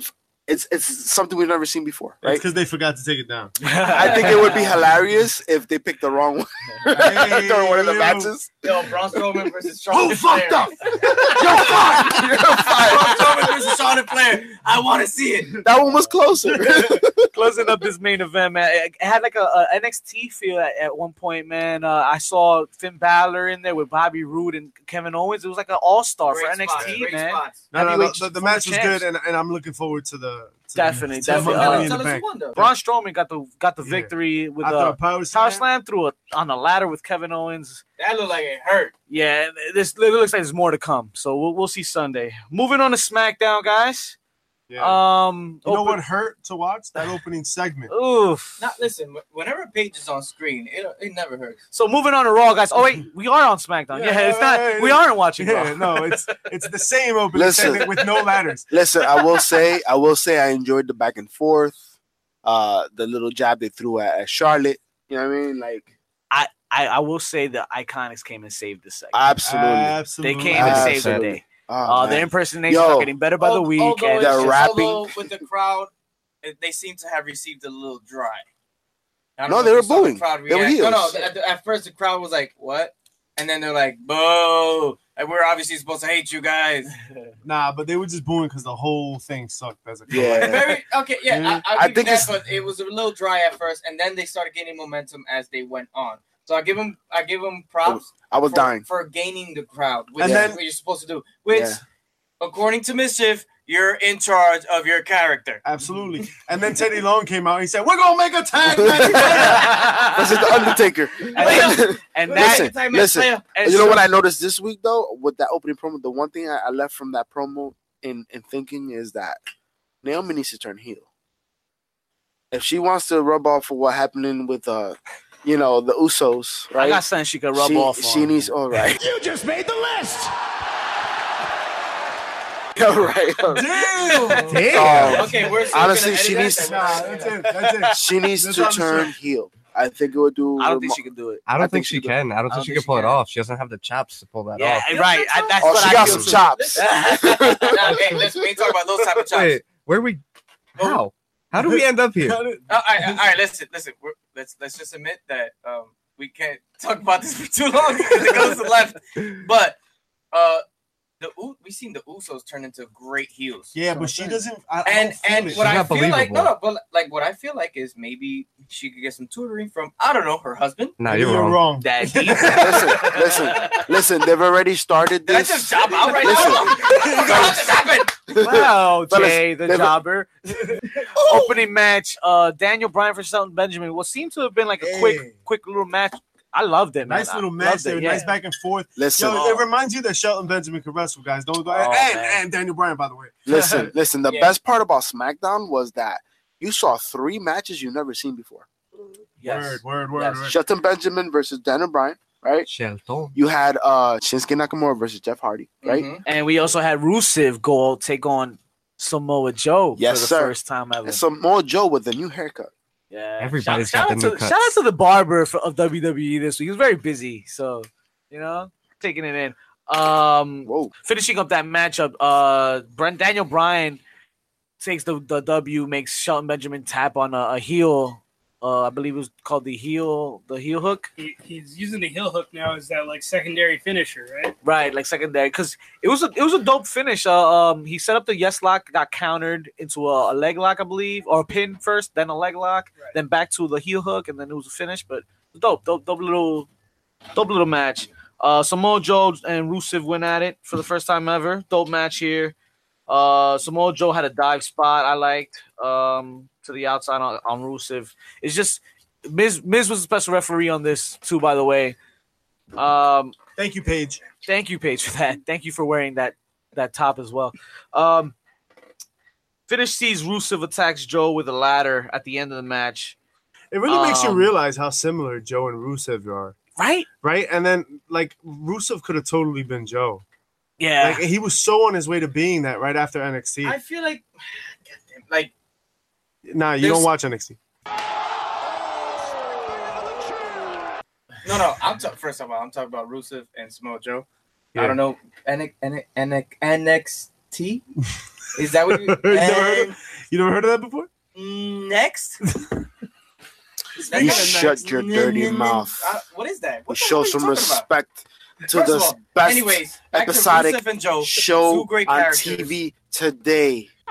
S5: F- it's it's something we've never seen before, right?
S2: because they forgot to take it down.
S5: I think it would be hilarious if they picked the wrong one during one of the
S2: Hey,
S5: matches.
S4: Yo, Braun Strowman versus Charlotte
S2: Who fucked up?
S5: You're fine. You're
S4: Braun
S5: fine.
S4: Strowman versus Charlotte Flair. I want to see it.
S5: That one was closer.
S1: Closing up this main event, man. It it had like a, a NXT feel at, at one point, man. Uh, I saw Finn Balor in there with Bobby Roode and Kevin Owens. It was like an all star for
S4: Great
S1: NXT,
S4: spots, great
S1: man.
S4: spots.
S2: No, no, no,
S1: Heavyweight
S2: the, the
S1: former
S2: match was
S1: champs.
S2: good, and, and I'm looking forward to the to
S1: Definitely,
S2: the,
S1: definitely.
S2: Money in
S1: Uh,
S2: the
S4: Tell us who
S2: bank.
S4: won, though.
S1: Braun Strowman got the got the
S2: Yeah.
S1: victory with
S2: After
S1: a
S2: a power
S1: power
S2: slam,
S1: slam through a on a ladder with Kevin Owens.
S4: That looked like it hurt.
S1: Yeah, this it looks like there's more to come. So we'll, we'll see Sunday. Moving on to SmackDown, guys.
S2: yeah.
S1: Um,
S2: you know what hurt to watch that opening segment?
S1: what? Oof.
S4: Not listen. Whenever Paige is on screen, it it never hurts.
S1: So moving on to Raw, guys. Oh wait, we are on SmackDown. Yeah,
S2: Yeah,
S1: it's
S2: yeah,
S1: not.
S2: yeah,
S1: we
S2: yeah.
S1: aren't watching
S2: Yeah,
S1: Raw.
S2: no, it's it's the same opening
S5: Listen.
S2: segment with no ladders.
S5: Listen, I will say, I will say, I enjoyed the back and forth, uh, the little jab they threw at, at Charlotte. You know what I mean? Like,
S1: I, I will say the Iconics came and saved this segment.
S5: absolutely.
S1: they
S2: Absolutely,
S1: came and saved the
S5: Absolutely.
S1: day.
S5: Oh,
S1: Uh,
S5: man.
S1: their impersonations
S5: Yo.
S1: are getting better by the
S4: Al-
S1: week.
S4: although
S1: and
S5: They're
S4: it's just
S5: rapping.
S4: solo with the crowd, it- they seem to have received a little dry. I don't
S5: No,
S4: know
S5: they
S4: if
S5: were
S4: you saw the
S5: booing.
S4: crowd
S5: They were
S4: react. No, no.
S5: heels.
S4: At, the- at first, the crowd was like, "What?" And then they're like, "Boo!" And we're obviously supposed to hate you guys.
S2: Nah, but they were just booing because the whole thing sucked. As a
S5: Yeah.
S4: Very okay. Yeah, I, I,
S5: I
S4: think
S5: think
S4: that, but it was a little dry at first, and then they started gaining momentum as they went on. So I give them, I give them props.
S5: I was
S4: for,
S5: dying.
S4: for gaining the crowd, which
S2: And
S4: is
S2: then-
S4: what you're supposed to do. Which,
S5: Yeah.
S4: according to Mischief, you're in charge of your character.
S2: Absolutely. And then Teddy Long came out. And he said, "We're gonna make a tag match."
S5: This is the Undertaker.
S1: And- and that,
S5: Listen,
S4: Time
S5: listen.
S4: player.
S1: and
S5: you know
S1: so-
S5: what I noticed this week though, with that opening promo, the one thing I, I left from that promo in in thinking is that Naomi needs to turn heel. If she wants to rub off for what happening with uh, you know, the Usos,
S1: I
S5: right?
S1: got something she could rub
S5: she,
S1: off.
S5: She
S1: on.
S5: needs all right. You just made the list. all right.
S2: Damn.
S3: Damn.
S5: Um,
S4: Okay, we're
S5: Honestly,
S4: gonna edit
S5: she
S4: that,
S5: needs-
S4: then
S2: Nah,
S4: we're
S2: that's
S4: not-
S2: it. That's it.
S5: she needs
S2: That's
S5: to
S2: what I'm
S5: turn
S2: saying.
S5: heel. I think it would do.
S1: I don't think
S5: remo-
S1: she can do it.
S3: I don't
S5: I
S3: think,
S5: think
S3: she
S5: she could-
S3: can. I don't think she can pull it off. She doesn't have the chops to pull that
S1: Yeah,
S3: off.
S1: right. I, that's
S5: Oh,
S1: what
S5: she
S1: I
S5: got
S1: feel
S5: some
S1: too.
S5: chops.
S4: Nah, hey, listen, we ain't talking about those type of chops.
S3: Wait, where we? How? How do we end up here?
S2: Cut it.
S4: Uh, all, right, all right, listen, listen. We're, let's let's just admit that um, we can't talk about this for too long because it goes to left. But uh, the U- we seen the Usos turn into great heels.
S2: Yeah, but she doesn't. I, I
S4: and
S2: don't
S4: and
S2: feel
S4: what
S2: it.
S3: She's
S4: I
S3: not
S4: feel like no,
S3: believable.
S4: no, but like what I feel like is maybe she could get some tutoring from I don't know her husband.
S3: Nah, you're, wrong.
S1: That he-
S5: listen, listen, listen. They've already started
S4: Did I
S5: this.
S4: just job out right
S5: Listen.
S4: now? How did this happen?
S1: Wow,
S5: Fellas, Oh!
S1: Jay the
S5: they were-
S1: Jobber. Opening match, uh, Daniel Bryan versus Shelton Benjamin. What seemed to have been like a
S2: Hey.
S1: quick, quick little match. I loved it, man.
S2: Nice
S1: I
S2: little
S1: loved
S2: match
S1: it,
S2: there.
S1: yeah.
S2: Nice back and forth.
S5: Listen,
S2: Yo, it reminds you that Shelton Benjamin can wrestle, guys. Don't go.
S1: Oh,
S2: and,
S1: man.
S2: and Daniel Bryan, by the way.
S5: listen, listen. The
S4: Yeah.
S5: best part about SmackDown was that you saw three matches you've never seen before.
S1: Yes.
S2: Word, word, word,
S4: Yes.
S2: word.
S5: Shelton Benjamin versus Daniel Bryan, right?
S3: Shelton.
S5: You had uh Shinsuke Nakamura versus Jeff Hardy, right?
S4: Mhm.
S1: And we also had Rusev go out- take on Samoa Joe
S5: Yes,
S1: for the
S5: sir.
S1: first time ever.
S5: And some more Joe with the new haircut.
S1: yeah.
S3: Everybody's
S1: shout,
S3: got
S1: shout
S3: the
S1: out
S3: new
S1: to,
S3: cuts.
S1: Shout out to the barber for, of WWE this week. He was very busy, so you know, taking it in. Um,
S5: Whoa,
S1: finishing up that matchup, uh, Brent Daniel Bryan takes the, the W, makes Shelton Benjamin tap on a, a heel. Uh, I believe it was called the heel, the heel hook,
S6: He, he's using the heel hook now as that like secondary finisher, right?
S1: right? Like secondary, because it was a it was a dope finish. Uh, um, he set up the yes lock, got countered into a, a leg lock, I believe, or a pin first, then a leg lock,
S6: Right.
S1: then back to the heel hook, and then it was a finish. But dope, dope, dope little, dope little match. Uh, Samoa Joe and Rusev went at it for the first time ever. Dope match here. Uh, Samoa Joe had a dive spot I liked um, to the outside on, on Rusev. It's just Miz. Miz was a special referee on this too, by the way. Um,
S2: Thank you, Paige.
S1: thank you, Paige, for that. Thank you for wearing that that top as well. Um, finish sees Rusev attacks Joe with a ladder at the end of the match.
S2: It really makes you
S1: Um,
S2: realize how similar Joe and Rusev are,
S1: Right?
S2: right? And then like Rusev could have totally been Joe.
S1: Yeah.
S2: Like he was so on his way to being that right after NXT.
S4: I feel like, goddamn, like
S2: nah, you
S4: there's-
S2: don't watch NXT.
S4: No, no. I'm talking first of all. I'm talking about Rusev and Samoa Joe. I
S2: Yeah.
S4: don't know N- N- N- NXT. Is that what
S3: You
S4: you?
S3: never heard You never heard of that before?
S4: And next. Is that
S5: You
S4: kinda
S5: shut your dirty mouth.
S4: Uh, what is that? What the
S5: Show
S4: fuck are
S5: some
S4: you talking about?
S5: respect to
S4: First of
S5: the
S4: all,
S5: best
S4: Anyways, back
S5: episodic
S4: to Rusev and Joe.
S5: show
S4: two great
S5: on
S4: characters.
S5: TV today.
S4: I,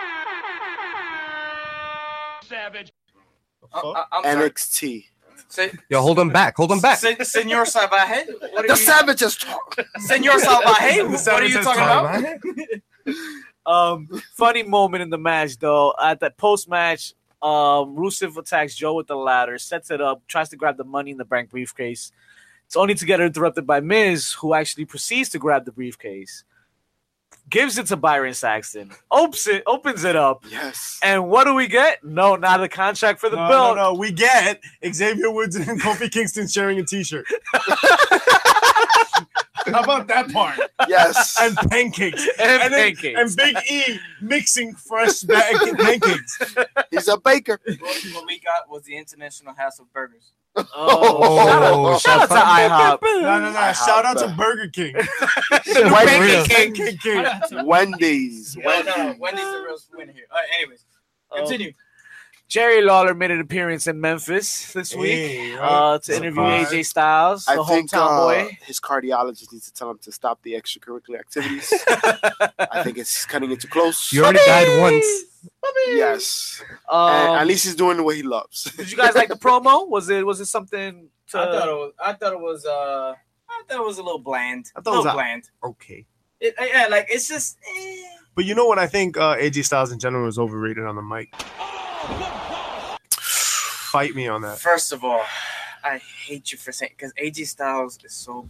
S4: I, I'm sorry.
S5: NXT.
S4: Se-
S3: Yo, hold him back. Hold him back.
S4: Se- Senor Salvaje, what are
S5: The
S4: you,
S5: Savages talk.
S4: Senor Salvaje, what are you
S2: Salvaje's
S4: talking about?
S1: Um, funny moment in the match though. At that post match, um, Rusev attacks Joe with the ladder, sets it up, tries to grab the money in the bank briefcase. It's only to get interrupted by Miz, who actually proceeds to grab the briefcase, gives it to Byron Saxton, opens it, opens it up,
S5: Yes.
S1: and what do we get? No, not a contract for the
S2: No,
S1: bill.
S2: no, no. We get Xavier Woods and Kofi Kingston sharing a T-shirt. How about that part?
S5: Yes.
S2: And pancakes.
S1: And
S2: then-
S1: pancakes.
S2: And Big E mixing fresh ba- pancakes.
S5: He's a baker.
S4: What what we got was the International House of Burgers.
S1: Oh, shout out- shout out
S3: Oh,
S1: to
S2: No, no,
S1: IHOP.
S2: no. Shout out to Burger King.
S5: Wendy's.
S2: Pancake King.
S5: Wendy's.
S4: Yeah, no, no, Wendy's the real win here. All right, anyways,
S3: Oh,
S4: continue.
S1: Jerry Lawler made an appearance in Memphis this week
S2: Hey,
S1: uh, to interview
S2: Surprise.
S1: AJ Styles, the
S5: I think
S1: hometown
S5: uh,
S1: boy.
S5: his cardiologist needs to tell him to stop the extracurricular activities. I think it's cutting it too close.
S3: You already died once.
S5: yes. and at
S1: Um,
S5: least he's doing what he loves.
S1: did you guys like the promo? Was it was it something to?
S4: I thought it was. I thought it was. Uh, I thought it was a little bland.
S2: I
S4: A
S2: thought it
S4: little
S2: was a-
S4: bland.
S2: Okay.
S4: It, yeah, like it's just. Eh.
S2: But you know what? I think uh, AJ Styles in general is overrated on the mic. Fight me on that.
S4: First of all, I hate you for saying because AJ Styles is so,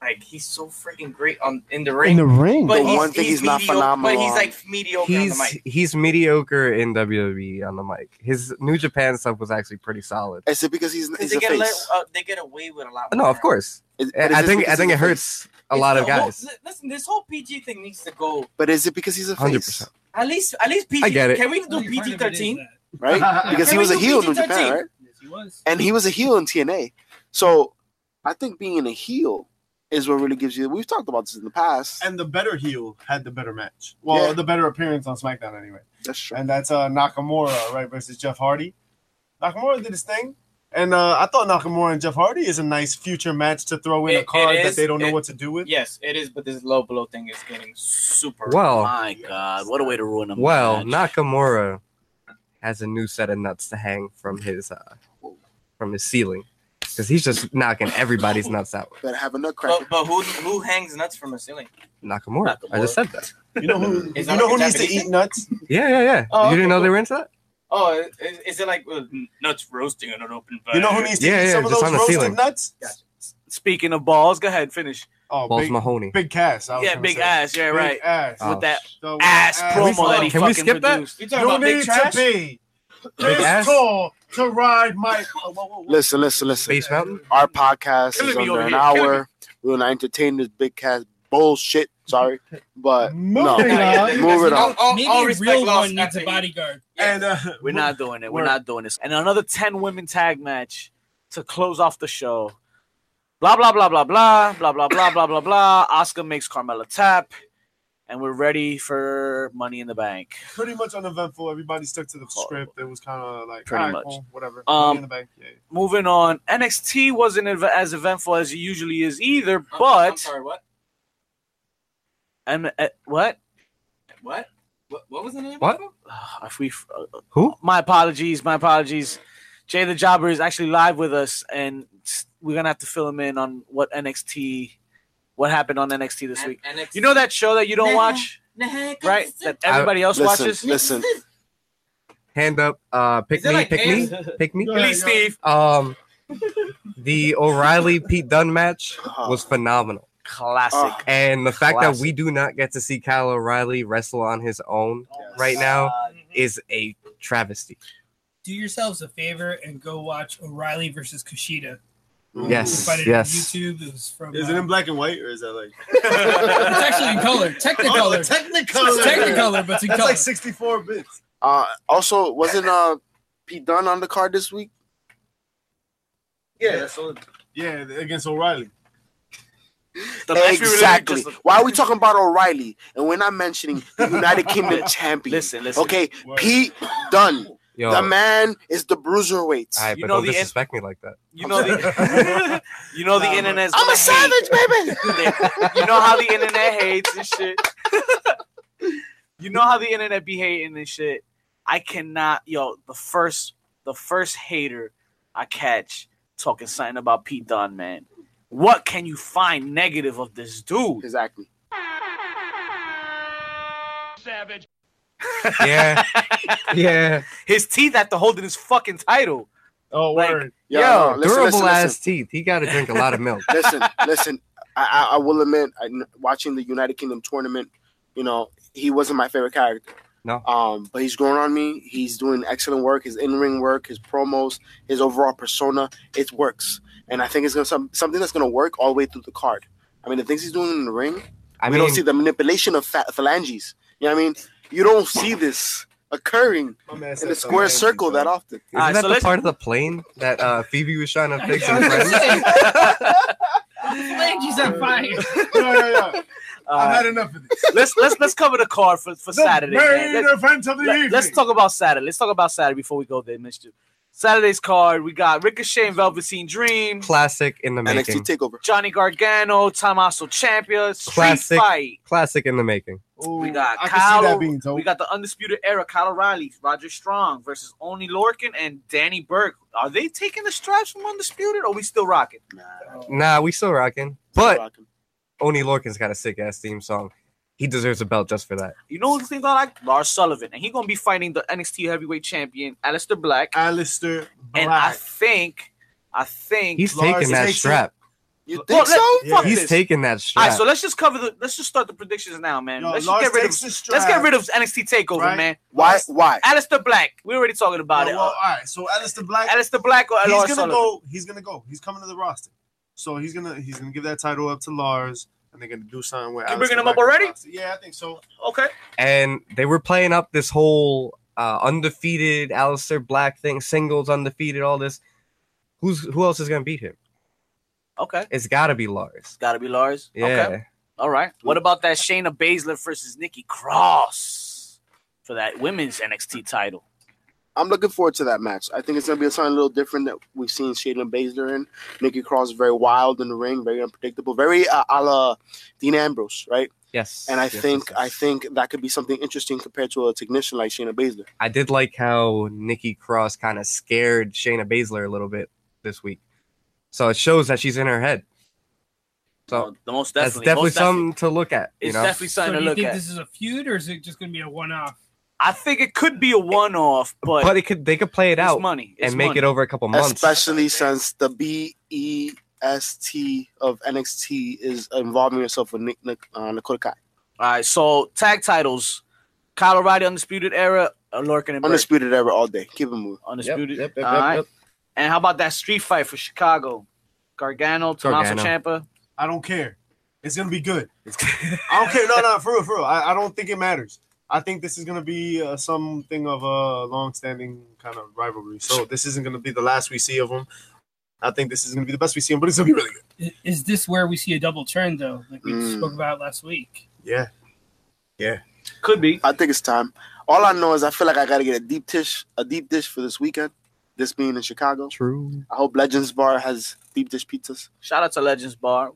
S4: like he's so freaking great on in the ring.
S2: ring.
S4: but
S5: The
S4: he's,
S5: one thing
S4: he's
S5: he's not
S4: mediocre-
S5: phenomenal
S4: But he's
S5: on.
S4: like mediocre on the
S3: He's
S4: mic.
S3: he's mediocre in WWE on the mic. His New Japan stuff was actually pretty solid.
S5: Is it because he's,
S4: Because
S5: he's
S4: they
S5: a
S4: get a
S5: face?
S4: let, uh, they get away with a lot.
S3: No,
S4: more.
S3: of course.
S5: Is- but is
S3: I
S5: this
S3: think I
S5: because he's
S3: think it
S5: a face?
S3: hurts a
S4: It's
S3: lot of
S4: the whole-
S3: guys.
S4: li- listen, this whole PG thing needs to go.
S5: But is it because he's a face?
S3: 100%.
S4: At least, at least PG.
S3: I get it.
S4: Can we do
S6: Only part of it
S4: PG
S6: is
S4: thirteen?
S6: that.
S5: Right? Because he was a
S4: Everything
S5: heel in
S4: PG-13.
S5: Japan, right?
S6: Yes, he was.
S5: And he was a heel in TNA. So I think being a heel is what really gives you. We've talked about this in the past.
S2: And the better heel had the better match. Well,
S5: Yeah.
S2: the better appearance on SmackDown, anyway.
S5: That's true.
S2: and that's uh, Nakamura, right, versus Jeff Hardy. Nakamura did his thing, and uh, I thought Nakamura and Jeff Hardy is a nice future match to throw in
S4: It-
S2: a card
S4: it
S2: that
S4: is.
S2: they don't know
S4: It-
S2: what to do with.
S4: Yes, it is. But this low blow thing is getting super.
S3: Well,
S1: My God, what a way to ruin him.
S3: well, Nakamura has a new set of nuts to hang from his uh from his ceiling because he's just knocking everybody's nuts out.
S5: Better have a
S1: Oh,
S5: nutcracker.
S4: But, but who who hangs nuts from a ceiling?
S3: Nakamura. I just said that.
S2: You know who?
S4: Is
S2: you know
S4: that like
S2: who
S4: a
S2: needs to
S4: Japanese
S2: eat nuts?
S3: Yeah, yeah, yeah.
S4: Oh,
S3: you didn't
S4: okay,
S3: know they
S4: cool.
S3: were into that?
S4: Oh, is, is it like uh, nuts roasting on an open fire?
S2: You know who needs to
S3: Yeah,
S2: eat
S3: yeah,
S2: some of
S3: just
S2: those
S3: on the
S2: roasted
S3: ceiling.
S2: nuts?
S1: Speaking of balls, go ahead, finish.
S2: Oh,
S3: Balls
S2: big,
S3: Mahoney.
S2: big cast. I was
S1: Yeah,
S2: gonna
S1: big
S2: say.
S1: ass. Yeah,
S2: Big
S1: right.
S2: ass.
S3: Oh.
S1: With that
S2: The
S1: ass
S2: ass.
S1: promo that he
S3: Can
S1: fucking
S3: we skip that?
S1: produced.
S4: You talking
S2: You
S4: about big
S2: need to
S4: trash?
S2: be
S3: Big
S2: this
S3: ass?
S2: tall to ride my. Oh, whoa, whoa, whoa.
S5: Listen, listen, listen.
S3: Space Mountain.
S5: Our podcast
S1: Killing
S5: is
S1: me
S5: under
S1: over
S5: an
S1: here, killing
S5: hour. We're gonna entertain this big cast bullshit. Sorry, but
S1: Mm-hmm.
S5: no,
S2: Moving on.
S5: move it on.
S4: All- all-
S6: Maybe
S4: all
S6: a
S4: respect
S6: real
S4: lost
S6: one needs
S4: after
S6: a
S4: he-
S6: bodyguard.
S4: Yeah.
S2: And, uh,
S1: We're not doing it. We're
S2: Word.
S1: not doing this. And another 10 women tag match to close off the show. Blah, blah, blah, blah, blah, blah, blah, blah, blah, blah, blah. Oscar makes Carmella tap. And we're ready for Money in the Bank.
S2: pretty much uneventful. Everybody stuck to the script. It was kind of like
S1: Oh. Pretty
S2: all right,
S1: much.
S2: cool, whatever.
S1: Um,
S2: in the bank. Yeah.
S1: Moving on, NXT wasn't ev- as eventful as it usually is either,
S4: I'm- I'm
S1: but.
S4: sorry, what?
S1: And uh, what?
S4: What? What, what was the name?
S3: What?
S4: of it?
S1: If we, uh,
S3: Who?
S1: my apologies, my apologies. Jay the Jobber is actually live with us, and we're gonna have to fill him in on what NXT, what happened on NXT this
S4: N-
S1: week.
S4: NXT.
S1: You know that show that you don't
S4: Nah.
S1: watch,
S4: Nah,
S1: right?
S4: cause-
S1: That everybody else
S5: Listen,
S1: watches.
S5: listen.
S3: Hand up. Uh, pick
S4: Is it
S3: me.
S4: like
S3: pick
S4: ants?
S3: me. Pick me.
S2: Yeah,
S1: Please,
S2: yeah.
S1: Steve.
S3: Um, the O'Reilly Pete Dunne match was phenomenal,
S5: Uh,
S1: Classic.
S3: and the fact that
S1: Classic.
S3: we do not get to see Kyle O'Reilly wrestle on his own right now is a travesty.
S6: Do yourselves a favor and go watch O'Reilly versus Kushida.
S2: Mm-hmm.
S3: Yes,
S6: Find it
S3: yes.
S6: On YouTube. It was from.
S2: Is
S6: uh,
S2: it in black and white or is that like
S6: it's actually in color.
S2: oh,
S6: Technicolor.
S2: Technicolor?
S6: It's Technicolor, but it's in
S2: That's
S6: color.
S2: like 64 bits.
S5: Uh, also, wasn't uh Pete Dunne on the card this week?
S2: Yeah, yeah, against O'Reilly.
S1: The match we were literally
S5: exactly.
S1: just-
S5: Why are we talking about O'Reilly and we're not mentioning the United Kingdom champion?
S1: Listen, listen.
S5: Okay, Pete Dunne.
S3: Yo,
S5: The man is the bruiserweight.
S3: all right,
S1: You
S3: but
S1: know
S3: don't
S1: the-
S3: disrespect me like that.
S1: You know the you know the
S6: Nah,
S1: internet's
S5: I'm a
S1: gonna hate.
S5: savage, baby.
S1: you know how the internet hates and shit. you know how the internet be hating and shit. I cannot, yo. The first, the first hater I catch talking something about Pete Dunne, man. What can you find negative of this dude?
S5: Exactly.
S3: Yeah, yeah.
S1: His teeth have to hold in his fucking title.
S2: Oh,
S1: Like-
S2: word.
S5: Yeah,
S3: Yo,
S5: no, listen,
S3: durable
S5: listen,
S3: ass teeth. He got to drink a lot of milk.
S5: listen, listen. I, I, I will admit, I, watching the United Kingdom tournament, you know, he wasn't my favorite character.
S3: No.
S5: Um, but he's growing on me. He's doing excellent work. His in-ring work, his promos, his overall persona, it works. And I think it's gonna some, something that's gonna work all the way through the card. I mean, the things he's doing in the ring,
S3: I
S5: we
S3: mean,
S5: don't see the manipulation of pha- phalanges. You know what I mean? You don't see this occurring
S2: My man
S5: in
S2: said
S5: a square
S2: something.
S5: circle that often.
S3: isn't
S1: Alright,
S3: that
S1: so
S3: the
S1: let's-
S3: part of the plane that uh, Phoebe was trying to fix? in Friends?
S6: Lanky's on fire.
S2: Yo, yo, yo. I've
S1: Uh,
S2: had enough of this.
S1: let's let's let's cover the card for for
S2: The
S1: Saturday. Man.
S2: main
S1: Let's-
S2: event of the evening.
S1: Let, us talk about Saturday. Let's talk about Saturday before we go there, Mister. Saturday's card, we got Ricochet and Velveteen Dream,
S3: Classic in the making.
S5: NXT Takeover.
S1: Johnny Gargano, Tommaso Ciampa, Street
S3: Classic.
S1: Fight.
S3: Classic in the making.
S2: Ooh,
S1: We got
S2: I can
S1: Kyle.
S2: see that being dope.
S1: We got the Undisputed Era, Kyle O'Reilly, Roger Strong versus Only Lorcan and Danny Burke. Are they taking the straps from Undisputed or we still rocking?
S3: Nah, we still rocking. But
S5: Rockin'.
S3: Oni Lorcan's got a sick ass theme song. He deserves a belt just for that.
S1: You know who things I like? Lars Sullivan. And he's going to be fighting the NXT Heavyweight Champion, Aleister Black.
S2: Alistair Black.
S1: And I think, I think.
S3: He's
S2: Lars
S3: taking that
S2: takes it.
S3: strap.
S5: you
S1: Well,
S5: think
S1: let-
S5: so?
S2: Yeah.
S1: fuck
S3: He's
S1: this.
S3: taking that
S1: All
S3: strap.
S1: right, so let's just cover the. Let's just start the predictions now, man.
S2: Yo,
S1: let's just
S2: Lars
S1: get rid of.
S2: takes the
S1: Let's get
S2: strap.
S1: rid of NXT Takeover,
S2: Right.
S1: man.
S5: Why? Why?
S1: Alistair Black. We already talking about
S2: Yo,
S1: it.
S2: well,
S1: Uh,
S2: all right. So Alistair Black,
S1: Alistair Black or
S2: he's
S1: Lars
S2: gonna
S1: Sullivan?
S2: go. He's gonna go. He's coming to the roster. So he's gonna he's gonna give that title up to Lars, and they're gonna do something with.
S1: You
S2: Alistair
S1: bringing him up
S2: Black on the
S1: already?
S2: roster. Yeah, I think so.
S1: Okay.
S3: and they were playing up this whole uh, undefeated Alistair Black thing, singles undefeated, all this. Who's who else is gonna beat him?
S1: Okay.
S3: It's gotta be Lars.
S1: Gotta be Lars.
S3: Yeah,
S1: Okay. All right. What about that Shayna Baszler versus Nikki Cross for that women's NXT title?
S5: I'm looking forward to that match. I think it's gonna be something a little different that we've seen Shayna Baszler in. Nikki Cross is very wild in the ring, very unpredictable, very uh, a la Dean Ambrose, right?
S3: yes.
S5: And I
S3: yes, yes,
S5: think
S3: yes.
S5: I think that could be something interesting compared to a technician like Shayna Baszler.
S3: I did like how Nikki Cross kind of scared Shayna Baszler a little bit this week, so it shows that she's in her head. So
S1: Well, the most
S3: that's
S1: definitely,
S3: definitely
S1: most definitely-
S3: something to look at. You
S1: It's
S3: know,
S1: definitely
S6: So
S1: something
S6: do
S1: to
S6: you
S1: look
S6: think
S1: at.
S6: this is a feud or is it just going to be a one-off?
S1: I think it could be a one-off, but,
S3: but it could they could play it
S1: it's
S3: out
S1: money It's
S3: and make
S1: money.
S3: it over a couple months.
S5: Especially since the B E S T of NXT is involving herself with Nick, Nick uh, Dakota Kai.
S1: All right. So tag titles: Kyle O'Reilly, Undisputed Era, uh, Lorcan and Burke.
S5: Undisputed ever all day. Keep it moving.
S1: Undisputed. All right. And how about that street fight for Chicago? Gargano, Tommaso Ciampa.
S2: I don't care. It's gonna be good. I don't care. No, no, for real, for real. I, I don't think it matters. I think this is gonna be uh, something of a long-standing kind of rivalry. So this isn't gonna be the last we see of them. I think this is gonna be the best we see them, but it's gonna be really good.
S6: I- Is this where we see a double turn though, like we
S5: Mm.
S6: spoke about last week?
S2: Yeah.
S1: Could be.
S5: I think it's time. All I know is I feel like I gotta get a deep dish, a deep dish for this weekend. This being in Chicago.
S3: True.
S5: I hope Legends Bar has deep dish pizzas.
S1: Shout out to Legends Bar.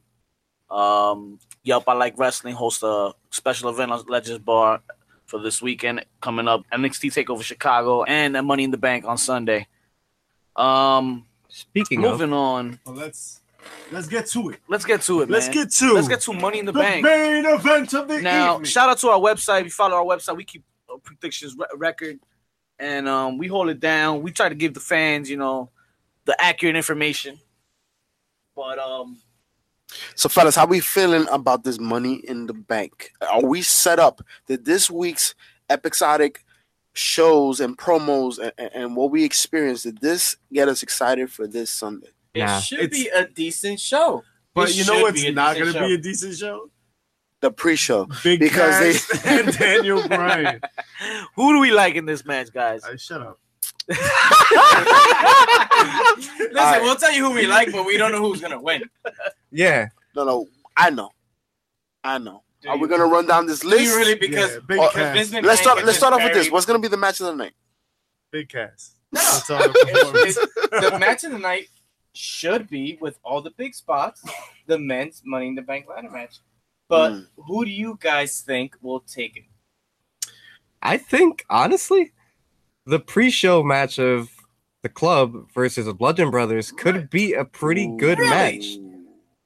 S1: Um, Yelp, I like wrestling. Host a special event on Legends Bar for this weekend coming up. NXT Takeover Chicago and at Money in the Bank on Sunday. Um,
S3: Speaking of,
S1: moving on.
S2: Well, let's let's get to it.
S1: Let's get to it.
S2: Let's
S1: man.
S2: get to
S1: Let's get to Money in the,
S2: the
S1: Bank.
S2: main event of the
S1: now
S2: evening.
S1: shout out to our website if you follow our website we keep a predictions re- record and um, we hold it down we try to give the fans you know the accurate information but um
S5: So, fellas, how we feeling about this money in the bank? Are we set up that this week's episodic shows and promos and, and, and what we experienced did this get us excited for this Sunday?
S3: Nah,
S4: it should
S2: it's-
S4: be a decent show.
S2: but
S4: It
S2: you know
S4: should
S2: what's
S4: be a
S2: not gonna
S4: decent
S2: be
S4: show.
S2: a decent show?
S5: The pre-show.
S2: Big
S5: Because
S2: Cass and Daniel Bryan.
S1: who do we like in this match guys
S2: Alright, shut up.
S4: Listen,
S5: Alright.
S4: we'll tell you who we like, but we don't know who's gonna win.
S3: yeah.
S5: No, no. I know, I know.
S4: Do
S5: Are we
S4: you-
S5: gonna run down this
S4: do you
S5: list?
S4: really because
S2: Yeah, big
S5: Oh,
S4: because
S2: cast.
S4: Vince McMahon
S5: let's start.
S4: is
S5: Let's start off with
S4: very-
S5: this. What's gonna be the match of the night?
S2: Big cast.
S4: No,
S2: That's all I'm performing.
S4: It's- the match of the night should be with all the big spots, the men's Money in the Bank ladder match. But
S5: Mm.
S4: who do you guys think will take it?
S3: I think honestly, the pre-show match of the club versus the Bludgeon Brothers could be a pretty good
S4: Really?
S3: match.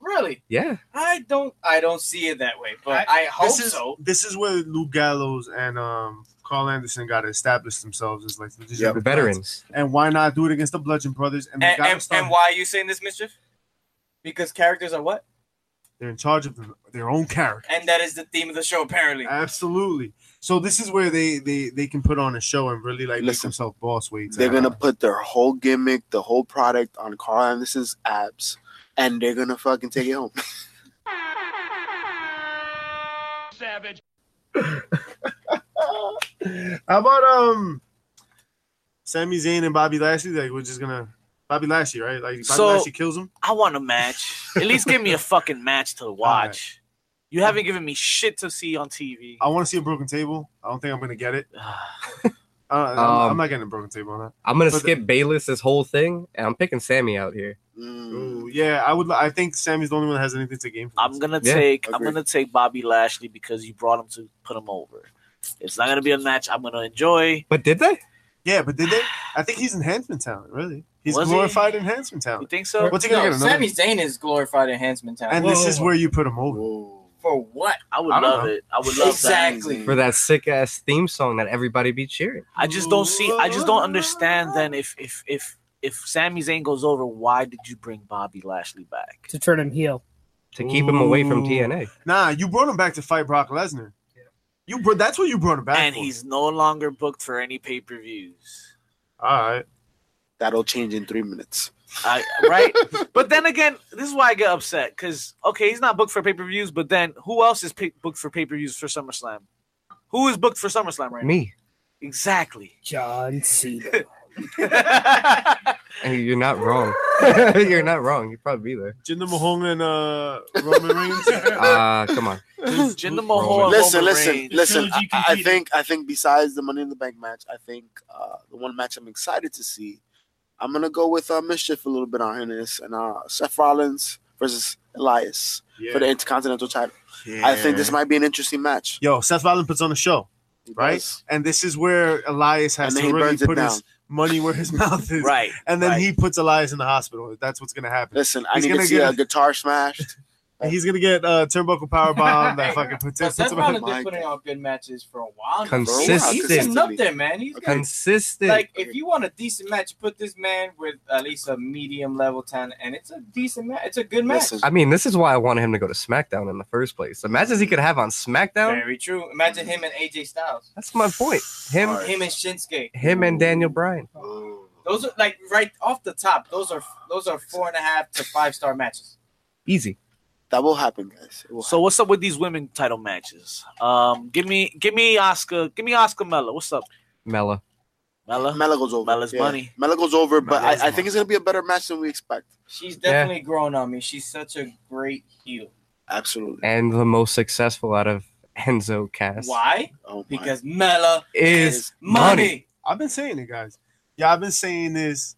S4: Really,
S3: Yeah,
S4: I don't. I don't see it that way, but I,
S2: I-
S4: hope
S2: this is
S4: so.
S2: this is where Lou Gallows and um Carl Anderson got to establish themselves as like these
S5: Yeah,
S2: are
S3: the
S2: the
S3: veterans.
S2: guys. And why not do it against the Bludgeon Brothers? And, they
S4: And,
S2: gotta
S4: and,
S2: start-
S4: and why are you saying this mischief? Because characters are what,
S2: they're in charge of their own character.
S4: and that is the theme of the show. Apparently,
S2: Absolutely. So this is where they they they can put on a show and really like make
S5: Listen,
S2: themselves boss weights.
S5: They're gonna put their whole gimmick, the whole product on Carl Anderson's abs, and they're gonna fucking take it home.
S2: How about um, Sami Zayn and Bobby Lashley? Like we're just gonna Bobby Lashley, right? Like Bobby
S1: So-
S2: Lashley kills him.
S1: I want a match. At least give me a fucking match to watch. You haven't given me shit to see on TV.
S2: I want to see a broken table. I don't think I'm gonna get it. Uh, I'm-
S3: Um,
S2: I'm not getting a broken table on that.
S3: I'm gonna
S2: But-
S3: skip Bayless this whole thing, and I'm picking Sammy out here.
S5: Mm.
S2: Ooh, yeah, I would. li- I think Sammy's the only one that has anything to gain. From
S1: I'm
S2: this.
S1: gonna
S3: Yeah,
S1: take I'm
S5: agree.
S1: gonna take Bobby Lashley because you brought him to put him over. It's not gonna be a match I'm gonna enjoy.
S3: But did they?
S2: Yeah, but did they? I think he's enhancement talent. Really, he's
S1: Was he?
S2: glorified enhancement
S1: You
S2: talent.
S1: think so?
S2: What's he gonna
S4: no,
S2: get? Another?
S4: Sami Zayn is glorified enhancement talent.
S2: and
S6: Whoa,
S2: this
S6: whoa,
S2: is
S6: whoa.
S2: where you put him over.
S5: Ooh.
S4: For what?
S1: I would
S2: I don't
S1: love
S2: know.
S1: it. I would love that.
S4: Exactly.
S3: For that sick ass theme song that everybody be cheering.
S1: I just don't see. I just don't understand. Then if if if if Sami Zayn goes over, why did you bring Bobby Lashley back?
S6: to turn him heel.
S3: to keep him away from
S2: Ooh.
S3: TNA.
S2: Nah, you brought him back to fight Brock Lesnar. You brought. That's what you brought him back.
S1: And
S2: for.
S1: he's no longer booked for any pay per views.
S2: all right.
S5: That'll change in three minutes.
S1: I, right? but then again, this is why I get upset because okay, he's not booked for pay per views, but then who else is pay- booked for pay per views for SummerSlam? Who is booked for SummerSlam right now?
S3: Me.
S1: Exactly.
S6: John Cena.
S3: And you're not wrong. you're not wrong. You'd probably be there.
S2: Jinder Mahal and uh, Roman Reigns.
S3: Uh, come on.
S1: Jinder Mahal. and
S5: listen,
S1: Roman
S5: listen,
S1: Reigns.
S5: listen. I,
S6: Trilogy
S5: I
S6: competing.
S5: think I think besides the Money in the Bank match, I think uh, the one match I'm excited to see, I'm gonna go with uh, Mischief a little bit on this, and uh, Seth Rollins versus Elias for the Intercontinental title. I think this might be an interesting match.
S2: Yo, Seth Rollins puts on a show,
S5: He
S2: right?
S5: does.
S2: And this is where Elias has
S5: And then
S2: to
S5: he
S2: really
S5: burns it
S2: put
S5: down.
S2: his money where his mouth is.
S1: Right.
S2: And then
S1: right.
S2: he puts Elias in the hospital. That's what's gonna happen.
S5: Listen, I
S2: He's
S5: need to
S2: gonna
S5: see a
S2: get a-
S5: guitar smashed.
S2: And he's gonna get uh, turnbuckle power bomb that fucking puts,
S4: But
S2: puts
S4: Seth
S2: him
S4: Rollins
S5: my
S4: been putting
S5: God.
S4: out good matches for a while. now, bro.
S3: Consistent.
S4: He's getting up there, man. He's getting-
S3: Consistent.
S4: like, if you want a decent match, put this man with at least a medium level talent, and it's a decent match. It's a good match.
S5: Listen,
S3: I mean, this is why I wanted him to go to SmackDown in the first place. The matches he could have on SmackDown,
S4: Very true. Imagine him and AJ Styles,
S3: that's my point. Him
S5: Alright.
S4: him and Shinsuke.
S3: him and Daniel Bryan.
S4: Those are like right off the top. Those are those are four and a half to five star matches.
S3: Easy.
S5: that will happen, guys. It will
S1: So what's up with these women title matches? Um, give me, give me Oscar, give me Oscar Mella. What's up,
S3: Mella.
S1: Mella?
S5: happen. Mela goes over.
S1: Mella's money.
S5: Mela goes over, but
S1: Mela's
S5: I, I think it's gonna be a better match than we expect.
S4: She's
S3: Yeah.
S4: definitely grown on me. She's such a great heel.
S5: Absolutely.
S3: And the most successful out of Enzo Cass
S4: Why?
S5: Oh my.
S4: Because Mela
S3: is
S4: is money.
S2: I've been saying it, guys. Yeah, I've been saying this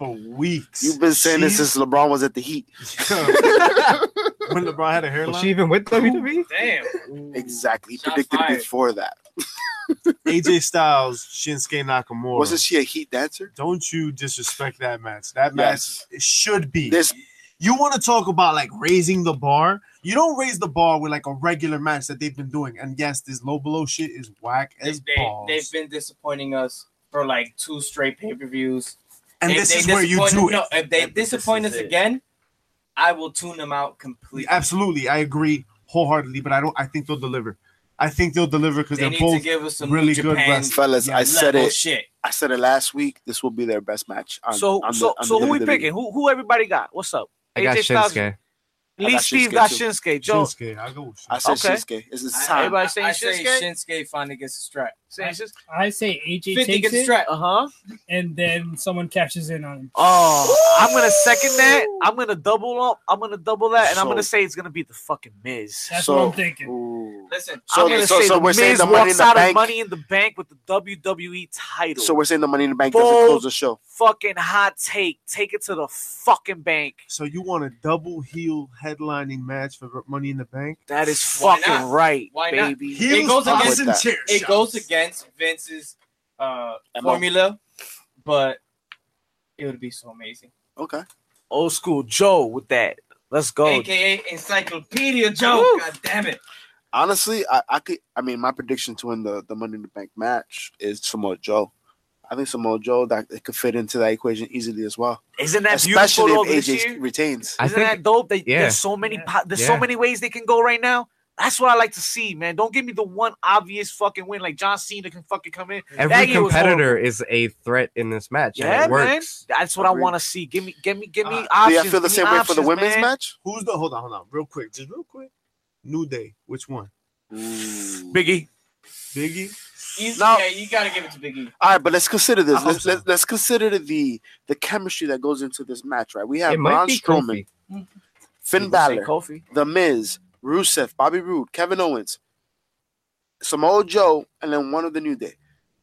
S2: for weeks.
S5: you've been saying this
S2: She's-
S5: since LeBron was at the Heat.
S2: when LeBron had a hairline.
S3: Was she even with E? WWE?
S4: Damn.
S5: Exactly. He
S4: Shots
S5: predicted
S4: fired.
S5: before that.
S2: AJ Styles, Shinsuke Nakamura.
S5: Wasn't she a Heat dancer?
S2: Don't you disrespect that match? That
S5: Yes.
S2: match it should be.
S5: This
S2: you want to talk about like raising the bar? You don't raise the bar with like a regular match that they've been doing. And yes, this low below shit is whack
S4: They,
S2: as balls.
S4: they, have been disappointing us for like two straight pay per views.
S2: and
S4: If
S2: this
S4: they
S2: is where you do
S4: disappoint-
S2: it.
S4: No, if they
S1: Yeah, but this
S4: disappoint
S1: is
S4: us
S1: it.
S4: again, I will tune them out completely.
S2: Absolutely, I agree wholeheartedly. But I don't. I think they'll deliver. I think they'll deliver because
S4: They
S2: they're
S4: need to
S2: both.
S4: give us some
S2: really
S4: New
S2: good
S4: Japan
S2: wrestlers.
S5: fellas, I said
S4: level
S5: it.
S4: Shit.
S5: I said it last week. This will be their best match. on-
S1: so,
S5: on the-
S1: so,
S5: on
S1: so
S5: the E.
S1: who we
S5: WWE.
S1: picking? Who, who everybody got? What's up?
S3: I got
S1: AJ Styles-
S3: Shinsuke.
S1: Lee
S5: got
S1: Steve
S5: Shinsuke
S1: got
S5: too.
S1: Shinsuke. Joe,
S2: Shinsuke, I go with
S5: I
S2: Shinsuke.
S5: said
S1: Okay.
S5: Shinsuke. It's his
S4: I,
S5: time.
S1: Everybody
S4: I,
S1: saying
S4: I say
S1: Shinsuke?
S4: Shinsuke finally gets a strap.
S1: say it's just-
S6: I say AJ
S4: 50
S6: takes
S4: gets a
S6: it,
S4: strap.
S1: uh-huh.
S6: and then someone catches in on him.
S1: Oh, I'm gonna second that. I'm gonna double up. I'm gonna double that, and I'm
S5: So-
S1: gonna say it's gonna be the fucking Miz.
S6: That's
S5: So-
S6: what I'm thinking.
S5: Ooh.
S4: Listen,
S5: So-
S1: I'm gonna
S5: so-
S1: say
S5: so
S1: the
S5: we're saying
S1: Miz
S5: the Money in
S1: walks
S5: the
S1: out of
S5: Bank-
S1: Money in the Bank with the WWE title.
S5: So we're saying the money in the bank doesn't
S1: Bold.
S5: close the show.
S1: fucking hot take. Take it to the fucking bank.
S2: So you want a double heel headlining match for Money in the Bank?
S1: That is
S4: Why
S1: fucking
S4: not?
S1: right,
S4: Why not?
S1: baby.
S2: Heels,
S4: goes
S2: pops,
S5: against-
S2: and chair
S4: it
S2: shots.
S4: goes against Vince's uh,
S5: Emma.
S4: formula, but it would be so amazing.
S5: Okay.
S1: Old school Joe with that. Let's go.
S4: AKA Encyclopedia Joe.
S1: Woo.
S4: God damn it.
S5: Honestly, I, I could. I mean, my prediction to win the, the Money in the Bank match is Samoa Joe. I think Samoa Joe that it could fit into that equation easily as well,
S1: Isn't that beautiful
S5: especially
S1: though,
S5: if
S1: this
S5: AJ
S1: year?
S5: retains.
S3: I
S1: Isn't
S3: think-
S1: that dope? That
S3: yeah.
S1: there's so many
S6: Yeah.
S1: po- there's
S3: Yeah.
S1: so many ways they can go right now. That's what I like to see, man. Don't give me the one obvious fucking win like John Cena can fucking come in.
S3: Every
S1: Daggy was
S3: competitor is a threat in this match.
S1: Yeah,
S3: and it works.
S1: That's what I
S5: Agreed.
S1: want to see. Give me, give me, give me
S2: Uh,
S5: Do
S1: options.
S5: you feel the
S1: Give
S5: same
S1: me
S5: way for the
S1: options,
S5: women's
S1: man.
S5: match?
S2: Who's the hold on, hold on, real quick, just real quick. New Day, which one?
S5: Ooh.
S1: Biggie,
S2: Biggie.
S4: He's-
S5: No.
S4: Yeah, you gotta give it to Big E.
S5: All right, but let's consider
S2: I
S5: this.
S2: hope
S5: Let's,
S2: so.
S5: let's let's consider the the chemistry that goes into this match, right? We have
S3: It might
S5: Braun
S3: be
S5: Strowman,
S3: Kofi.
S5: Finn
S1: People say
S5: Balor,
S1: Kofi.
S5: The Miz, Rusev, Bobby Roode, Kevin Owens, Samoa Joe, and then one of the New Day.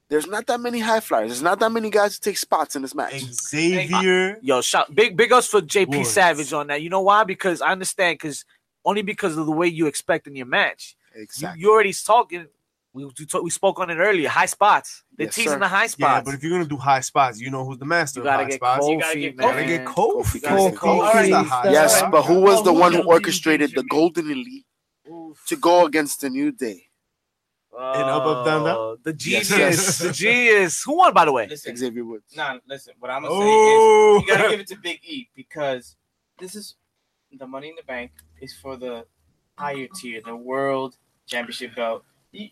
S5: There's not that many high flyers. There's not that many guys who take spots in this match.
S2: Xavier.
S1: Yo, shout big, big ups for JP
S2: Woods.
S1: Savage on that. You know why? Because I understand. Because only because of the way you expect in your match.
S5: Exactly.
S1: You, you already talking. We we talk- we spoke on it earlier. High spots. They're
S5: Yes,
S1: teasing
S5: sir.
S1: the high
S2: Yeah,
S1: spots.
S2: but if you're gonna do high spots, you know who's the master
S1: you
S2: of
S1: gotta
S2: high
S1: get
S2: spots.
S1: Kofi,
S4: You gotta get
S1: man.
S2: Gotta get
S5: Kofi.
S2: Kofi.
S5: Gotta
S2: Kofi.
S5: get
S6: Kofi.
S2: Kofi's the
S6: Alright.
S2: high
S5: Yes,
S2: spot.
S5: but who was the
S6: Who
S5: one who
S6: don't think
S5: orchestrated
S6: they
S5: the
S6: should be-
S5: Golden Elite to go against the New Day?
S2: And up, up, down, down?
S1: Uh, The
S5: Yes,
S1: genius.
S5: yes.
S1: The genius. Who won, by the way?
S4: Listen,
S5: Xavier Woods.
S4: nah, listen, what I'm gonna
S2: Oh,
S4: say is you gotta give it to Big E because this is the money in the bank is for the higher tier, the world championship belt. You-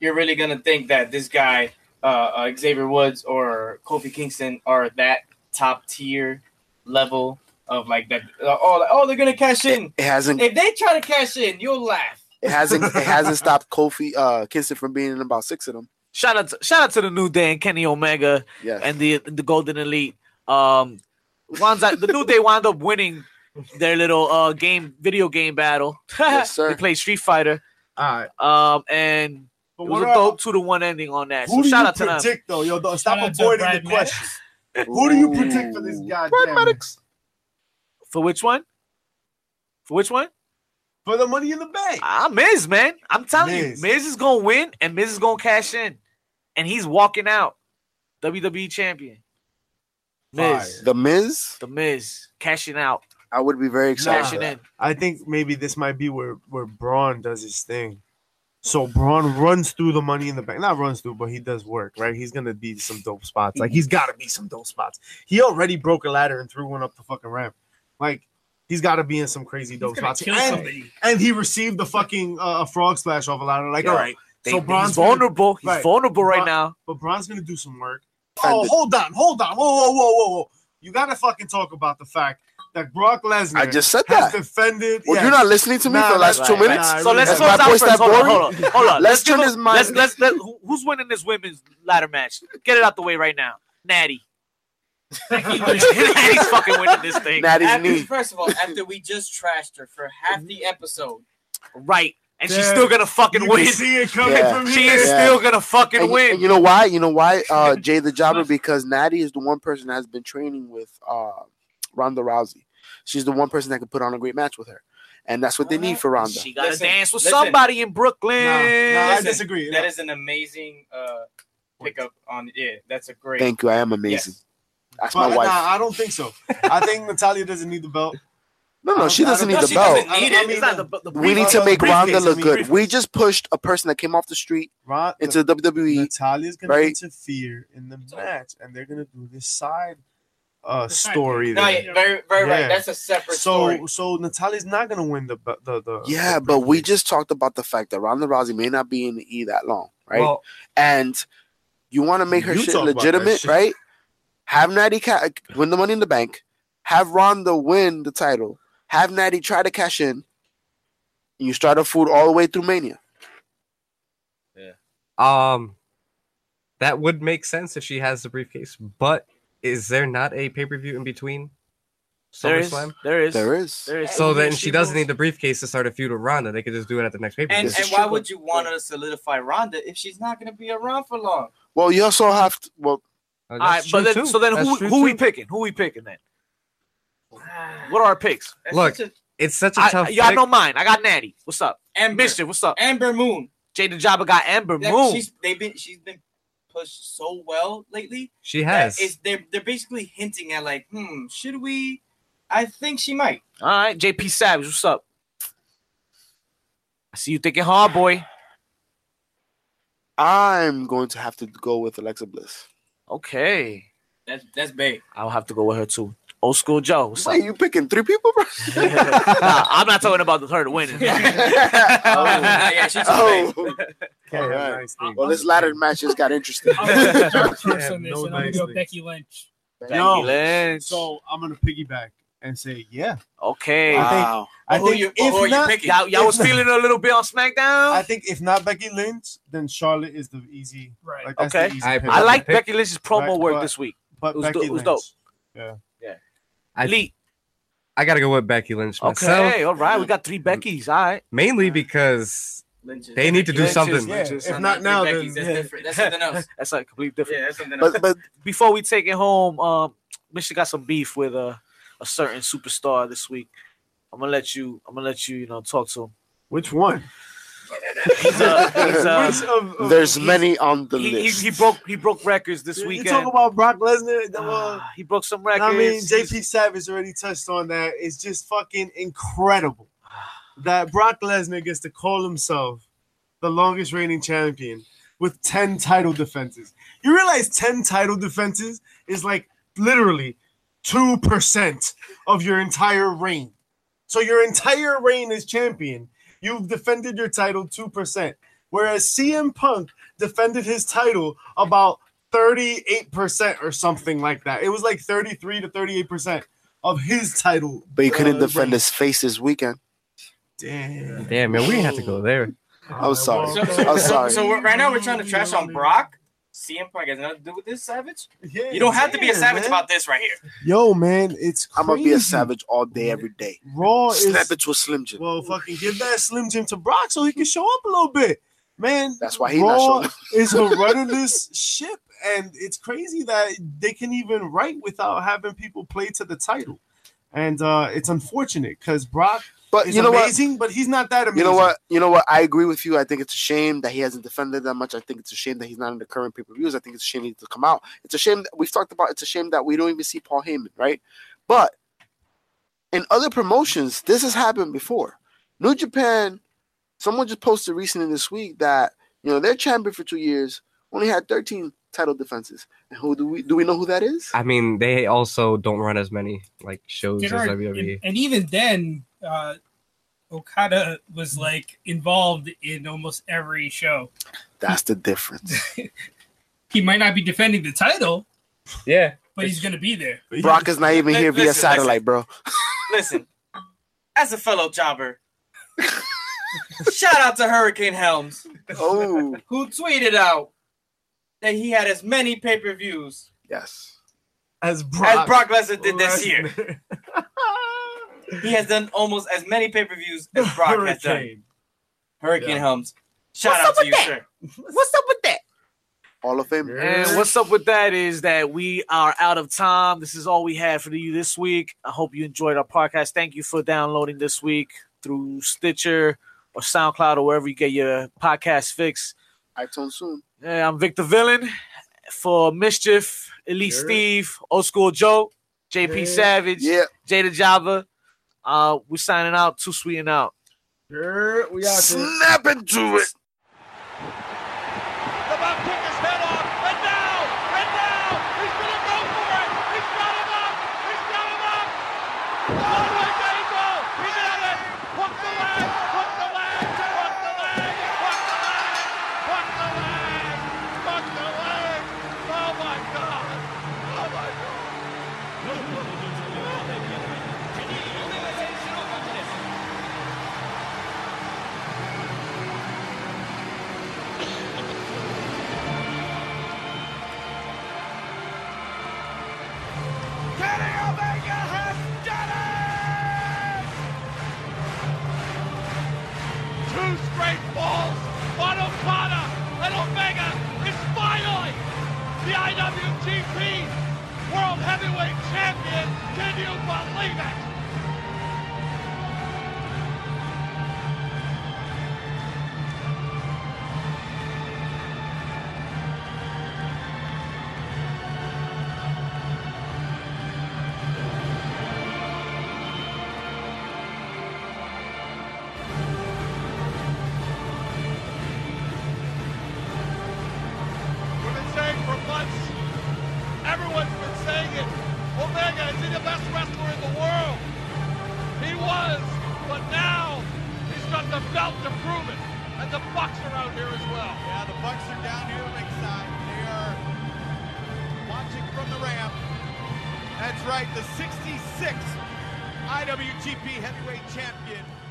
S4: You're really gonna think that this guy, uh, uh, Xavier Woods or Kofi Kingston, are that top tier level of like that. Uh, oh, like, oh, they're gonna cash in.
S5: It hasn't.
S4: If they try to cash in, you'll laugh.
S5: It hasn't. It hasn't stopped Kofi uh, Kingston from being in about six of them.
S1: Shout out, to, shout out to the New Day and Kenny Omega.
S5: Yes.
S1: and the the Golden Elite. Um, winds up- the new they wound up winning their little uh game video game battle.
S5: Yes, sir.
S1: they played Street Fighter.
S2: All right.
S1: Um, and
S2: But
S1: it was
S2: what
S1: a
S2: are-
S1: dope two to one ending on that.
S2: Who
S1: So
S2: do
S1: shout
S2: you
S1: out to them.
S2: predict though? Yo, don't-
S6: Shout
S2: stop
S6: out to
S2: avoiding the
S6: Brad
S2: questions. Who do you predict for this
S5: Ooh.
S2: goddamn Maddox.
S1: For which one? For which one?
S2: for the money in the bank?
S1: Ah, Miz, man. I'm telling
S2: Miz.
S1: you, Miz is gonna win, and Miz is gonna cash in, and he's walking out WWE champion. Miz,
S2: Fire.
S5: The Miz,
S1: the Miz, cashing out,
S5: I would be very excited.
S1: cashing in.
S2: I think maybe this might be where where Braun does his thing. So Braun runs through the money in the bank. Not runs through, but he does work, right? He's gonna be some dope spots. Like he's gotta be some dope spots. He already broke a ladder and threw one up the fucking ramp. Like he's gotta be in some crazy dope
S6: He's gonna
S2: spots.
S6: kill
S2: And,
S6: somebody.
S2: and he received the fucking uh, a frog splash off a ladder. Like,
S1: Yeah.
S2: all right.
S1: They-
S2: so Braun's
S1: he's vulnerable. He's
S2: right.
S1: vulnerable right
S2: Braun-
S1: now.
S2: But Braun's gonna do some work. Oh,
S5: Offended.
S2: hold on, hold on. Whoa, whoa, whoa, whoa, whoa. You gotta fucking talk about the fact that Brock Lesnar
S5: I just said
S2: has
S5: that.
S2: defended.
S5: Well,
S2: yeah.
S5: you're not listening to me
S2: Nah,
S5: for the
S2: nah,
S5: last
S1: right,
S5: two
S1: right.
S5: minutes.
S2: Nah,
S1: So let's
S5: Has
S1: hold
S5: my
S1: on
S5: voice
S1: first.
S5: that
S1: Hold on,
S5: boring?
S1: hold on, hold on.
S5: Let's
S1: give
S5: turn
S1: a-
S5: his mind-
S1: Let's, let's, let, who- who's winning this women's ladder match? Get it out the way right now, Natty. Natty's fucking winning this thing,
S5: Natty's
S4: After,
S5: knee.
S4: first of all, after we just trashed her for half the episode,
S1: right? And she's
S2: Yeah.
S1: still gonna fucking
S2: You
S1: win.
S2: can see it coming
S5: Yeah.
S2: from
S1: She
S2: here.
S1: is
S5: Yeah.
S1: still gonna fucking
S5: And,
S1: win.
S5: and you know why? You know why? Uh, Jay the Jobber because Natty is the one person that has been training with uh, Ronda Rousey. She's the one person that could put on a great match with her, and that's what they need for Ronda.
S1: she gotta
S4: Listen,
S1: dance with
S4: listen.
S1: somebody in Brooklyn.
S2: Nah, nah, I
S4: Listen,
S2: disagree.
S4: that is an amazing uh, pickup on yeah. That's a great.
S5: Thank you. I am amazing.
S4: Yes.
S5: That's
S2: But,
S5: my wife.
S2: Nah, I don't think so. I think Natalia doesn't need the belt.
S5: no, no, she
S2: I don't-
S5: doesn't
S2: I
S5: need
S2: don't-
S5: the
S4: she
S5: belt.
S4: doesn't need it.
S1: It's not the-
S5: We
S1: the brief-
S5: need to
S2: uh,
S5: make Ronda
S2: briefcase, I
S5: look
S2: mean,
S5: good.
S2: briefcase.
S5: We just pushed a person that came off the street
S2: Ron,
S5: into E the WWE.
S2: Natalia's gonna
S5: right?
S2: interfere in the match, and they're gonna do this side uh, story.
S4: No,
S2: there.
S4: yeah, very, very
S2: Yeah.
S4: right. That's a separate story.
S2: So, so Natalia's not gonna win the bu- the the.
S5: Yeah,
S2: the
S5: but we
S2: briefcase.
S5: just talked about the fact that Ronda Rousey may not be in the E that long, right?
S3: Well,
S5: and you want to make her
S2: You
S5: shit
S2: talk about that
S5: legitimate,
S2: shit.
S5: right? Have Natty Cat win the Money in the Bank, have Ronda win the title, have Natty try to cash in, and you start a food all the way through Mania.
S3: Um, that would make sense if she has the briefcase. But is there not a pay per view in between?
S1: There is,
S3: SummerSlam?
S1: there is.
S5: There is.
S1: There is.
S3: So then she doesn't need the briefcase to start a feud with Ronda. They could just do it at the next pay per
S4: And,
S3: view.
S5: This
S4: and
S5: is
S4: why
S5: true.
S4: would you want to solidify Ronda if she's not going to be around for long?
S5: Well, you also have to. Well,
S3: All
S1: All right, but then, so then who who we picking? Who we picking then? What are our picks?
S4: That's
S3: Look,
S4: such a-
S3: It's such a
S1: I,
S3: tough.
S1: y'all
S3: pick.
S1: know mine. I got Natty. What's up?
S4: Amber,
S1: Mischief. What's up?
S4: Amber Moon.
S1: Jada Jabba got Amber
S4: That-
S1: Moon.
S4: She's they've been she's been pushed so well lately.
S3: she
S4: that
S3: has.
S4: it's- they're they're basically hinting at like, hmm, should we? I think she might.
S1: All right, JP Savage. What's up? I see you thinking hard, boy.
S5: I'm going to have to go with Alexa Bliss.
S1: Okay,
S4: That's that's babe.
S1: I'll have to go with her too. Old school Joe. What's up?
S5: Wait, you picking three people, bro?
S1: Nah, I'm not talking about her winning.
S4: Oh,
S5: oh.
S4: yeah, she's
S5: Oh.
S4: oh.
S3: Can't have
S5: Alright.
S3: nice things.
S5: Well, this ladder match just got interesting.
S6: I'm gonna start first
S3: Yeah,
S6: on this,
S2: no
S6: and I'm gonna
S2: nice
S6: go
S2: thing.
S6: Becky Lynch.
S2: Yo.
S1: Becky Lynch.
S2: So I'm gonna piggyback and say, yeah.
S1: okay.
S4: uh,
S2: I think-
S5: Wow.
S2: I
S4: who
S2: think
S4: you,
S2: if
S4: who are you
S2: not,
S4: picking?
S1: y'all, y'all was feeling a little bit on SmackDown.
S2: I
S1: I,
S2: think if not Becky Lynch, then Charlotte is the easy.
S6: Right.
S2: Like, that's
S1: Okay.
S2: The easy
S3: I-
S2: pick.
S3: I
S1: like
S3: Pick-
S1: Becky Lynch's promo
S2: Right,
S1: work
S2: but-
S1: this week.
S2: but
S1: it was
S2: Becky
S1: do- it was
S2: Lynch.
S1: dope.
S3: I-
S1: Elite.
S3: I gotta go with Becky Lynch myself,
S1: Okay, all right. We got three Beckys. All right.
S3: mainly because
S4: Lynch is-
S3: they need to do
S1: Lynch is-
S3: something.
S2: Yeah,
S1: Lynch is-
S2: if not now, then
S4: Becky's, that's
S2: yeah.
S4: different. That's something else.
S1: That's a complete different.
S4: Yeah, that's something else.
S5: But but
S1: Before we take it home, um, Michigan got some beef with a a certain superstar this week. I'm gonna let you. I'm gonna let you. You know, talk to him.
S2: Which one?
S1: He's a, he's a,
S2: Which of- of-
S5: there's many on the
S1: he, he,
S5: list.
S1: he broke he broke records this
S2: You-
S1: weekend.
S2: You talk about Brock Lesnar. the- well,
S1: Ah, he broke some records.
S2: I mean,
S1: He's-
S2: JP Savage already touched on that. It's just fucking incredible that Brock Lesnar gets to call himself the longest reigning champion with 10 title defenses. You realize 10 title defenses is like literally 2% of your entire reign. So your entire reign as champion, you've defended your title 2%. Whereas CM Punk defended his title about 38% or something like that. It was like 33 to 38% of his title.
S5: But he couldn't
S2: uh,
S5: defend
S2: reign.
S5: his face this weekend.
S2: Damn.
S3: Damn, man, we didn't have to go there.
S5: I'm sorry.
S4: so, so,
S5: I'm
S4: so-
S5: sorry.
S4: so we're, right now we're trying to trash on Brock. CM Punk has nothing to do with this savage. You don't have to be a savage about this right here.
S2: Yo, man, it's
S5: I'm
S2: crazy.
S5: gonna be a savage all day, every day.
S2: Raw is
S5: Snap it to a slim jim.
S2: well, fucking give that Slim Jim to Brock so he can show up a little bit, man.
S5: That's why he
S2: Raw
S5: not showing up.
S2: is a rudderless ship, and it's crazy that they can even write without having people play to the title. And uh, it's unfortunate because Brock
S5: But
S2: is
S5: Uh, you know what?
S2: amazing, but he's not that amazing.
S5: You know what? You know what? I agree with you. I think it's a shame that he hasn't defended that much. I think it's a shame that he's not in the current pay per views. I think it's a shame he needs to come out. It's a shame that we've talked about. It's a shame that we don't even see Paul Heyman, right? But in other promotions, this has happened before. New Japan, someone just posted recently this week that you know their champion for two years only had thirteen title defenses. And who do we do we know who that is?
S3: I mean, they also don't run as many like shows as E.
S6: There are- and,
S3: WWE.
S6: and even then, uh, Okada was like involved in almost every show.
S5: That's the difference.
S6: He might not be defending the title,
S3: Yeah,
S6: but he's gonna be there.
S5: Brock is not even here via
S4: Listen,
S5: satellite, bro.
S4: Listen, as a fellow jobber, shout out to Hurricane Helms,
S5: Oh
S4: who tweeted out that he had as many pay per views
S5: yes.
S2: As
S4: as
S2: Brock,
S4: Brock Lesnar did this
S2: Lesnar.
S4: year. He has done almost as many pay per views as Brock has done.
S2: Hurricane.
S4: Hurricane
S2: Yeah.
S4: Helms, shout
S1: What's
S4: out
S1: up
S4: to
S1: with
S4: you,
S1: that?
S4: sir.
S1: What's up with that?
S5: Hall of Fame.
S1: And what's up with that is that we are out of time. This is all we had for you this week. I hope you enjoyed our podcast. Thank you for downloading this week through Stitcher or SoundCloud or wherever you get your podcast fix.
S5: iTunes soon.
S1: Yeah, I'm Victor Villain for Mischief, Elite
S2: Yeah.
S1: Steve, Old School Joe, JP
S2: Yeah.
S1: Savage,
S5: Yeah.
S1: Jada Java. Uh, we're signing out. Too sweet and out.
S2: Sure, we out there.
S5: Snap into it.
S7: Can he eliminate heavyweight champion. Can you believe it? We've been saying for months. Everyone's been saying it. Omega, is he the best wrestler in the world? He was, but now he's got the belt to prove it. And the Bucks are out here as well.
S8: Yeah, the Bucks are down here ringside. They are watching from the ramp. That's right, the 66th IWGP Heavyweight Champion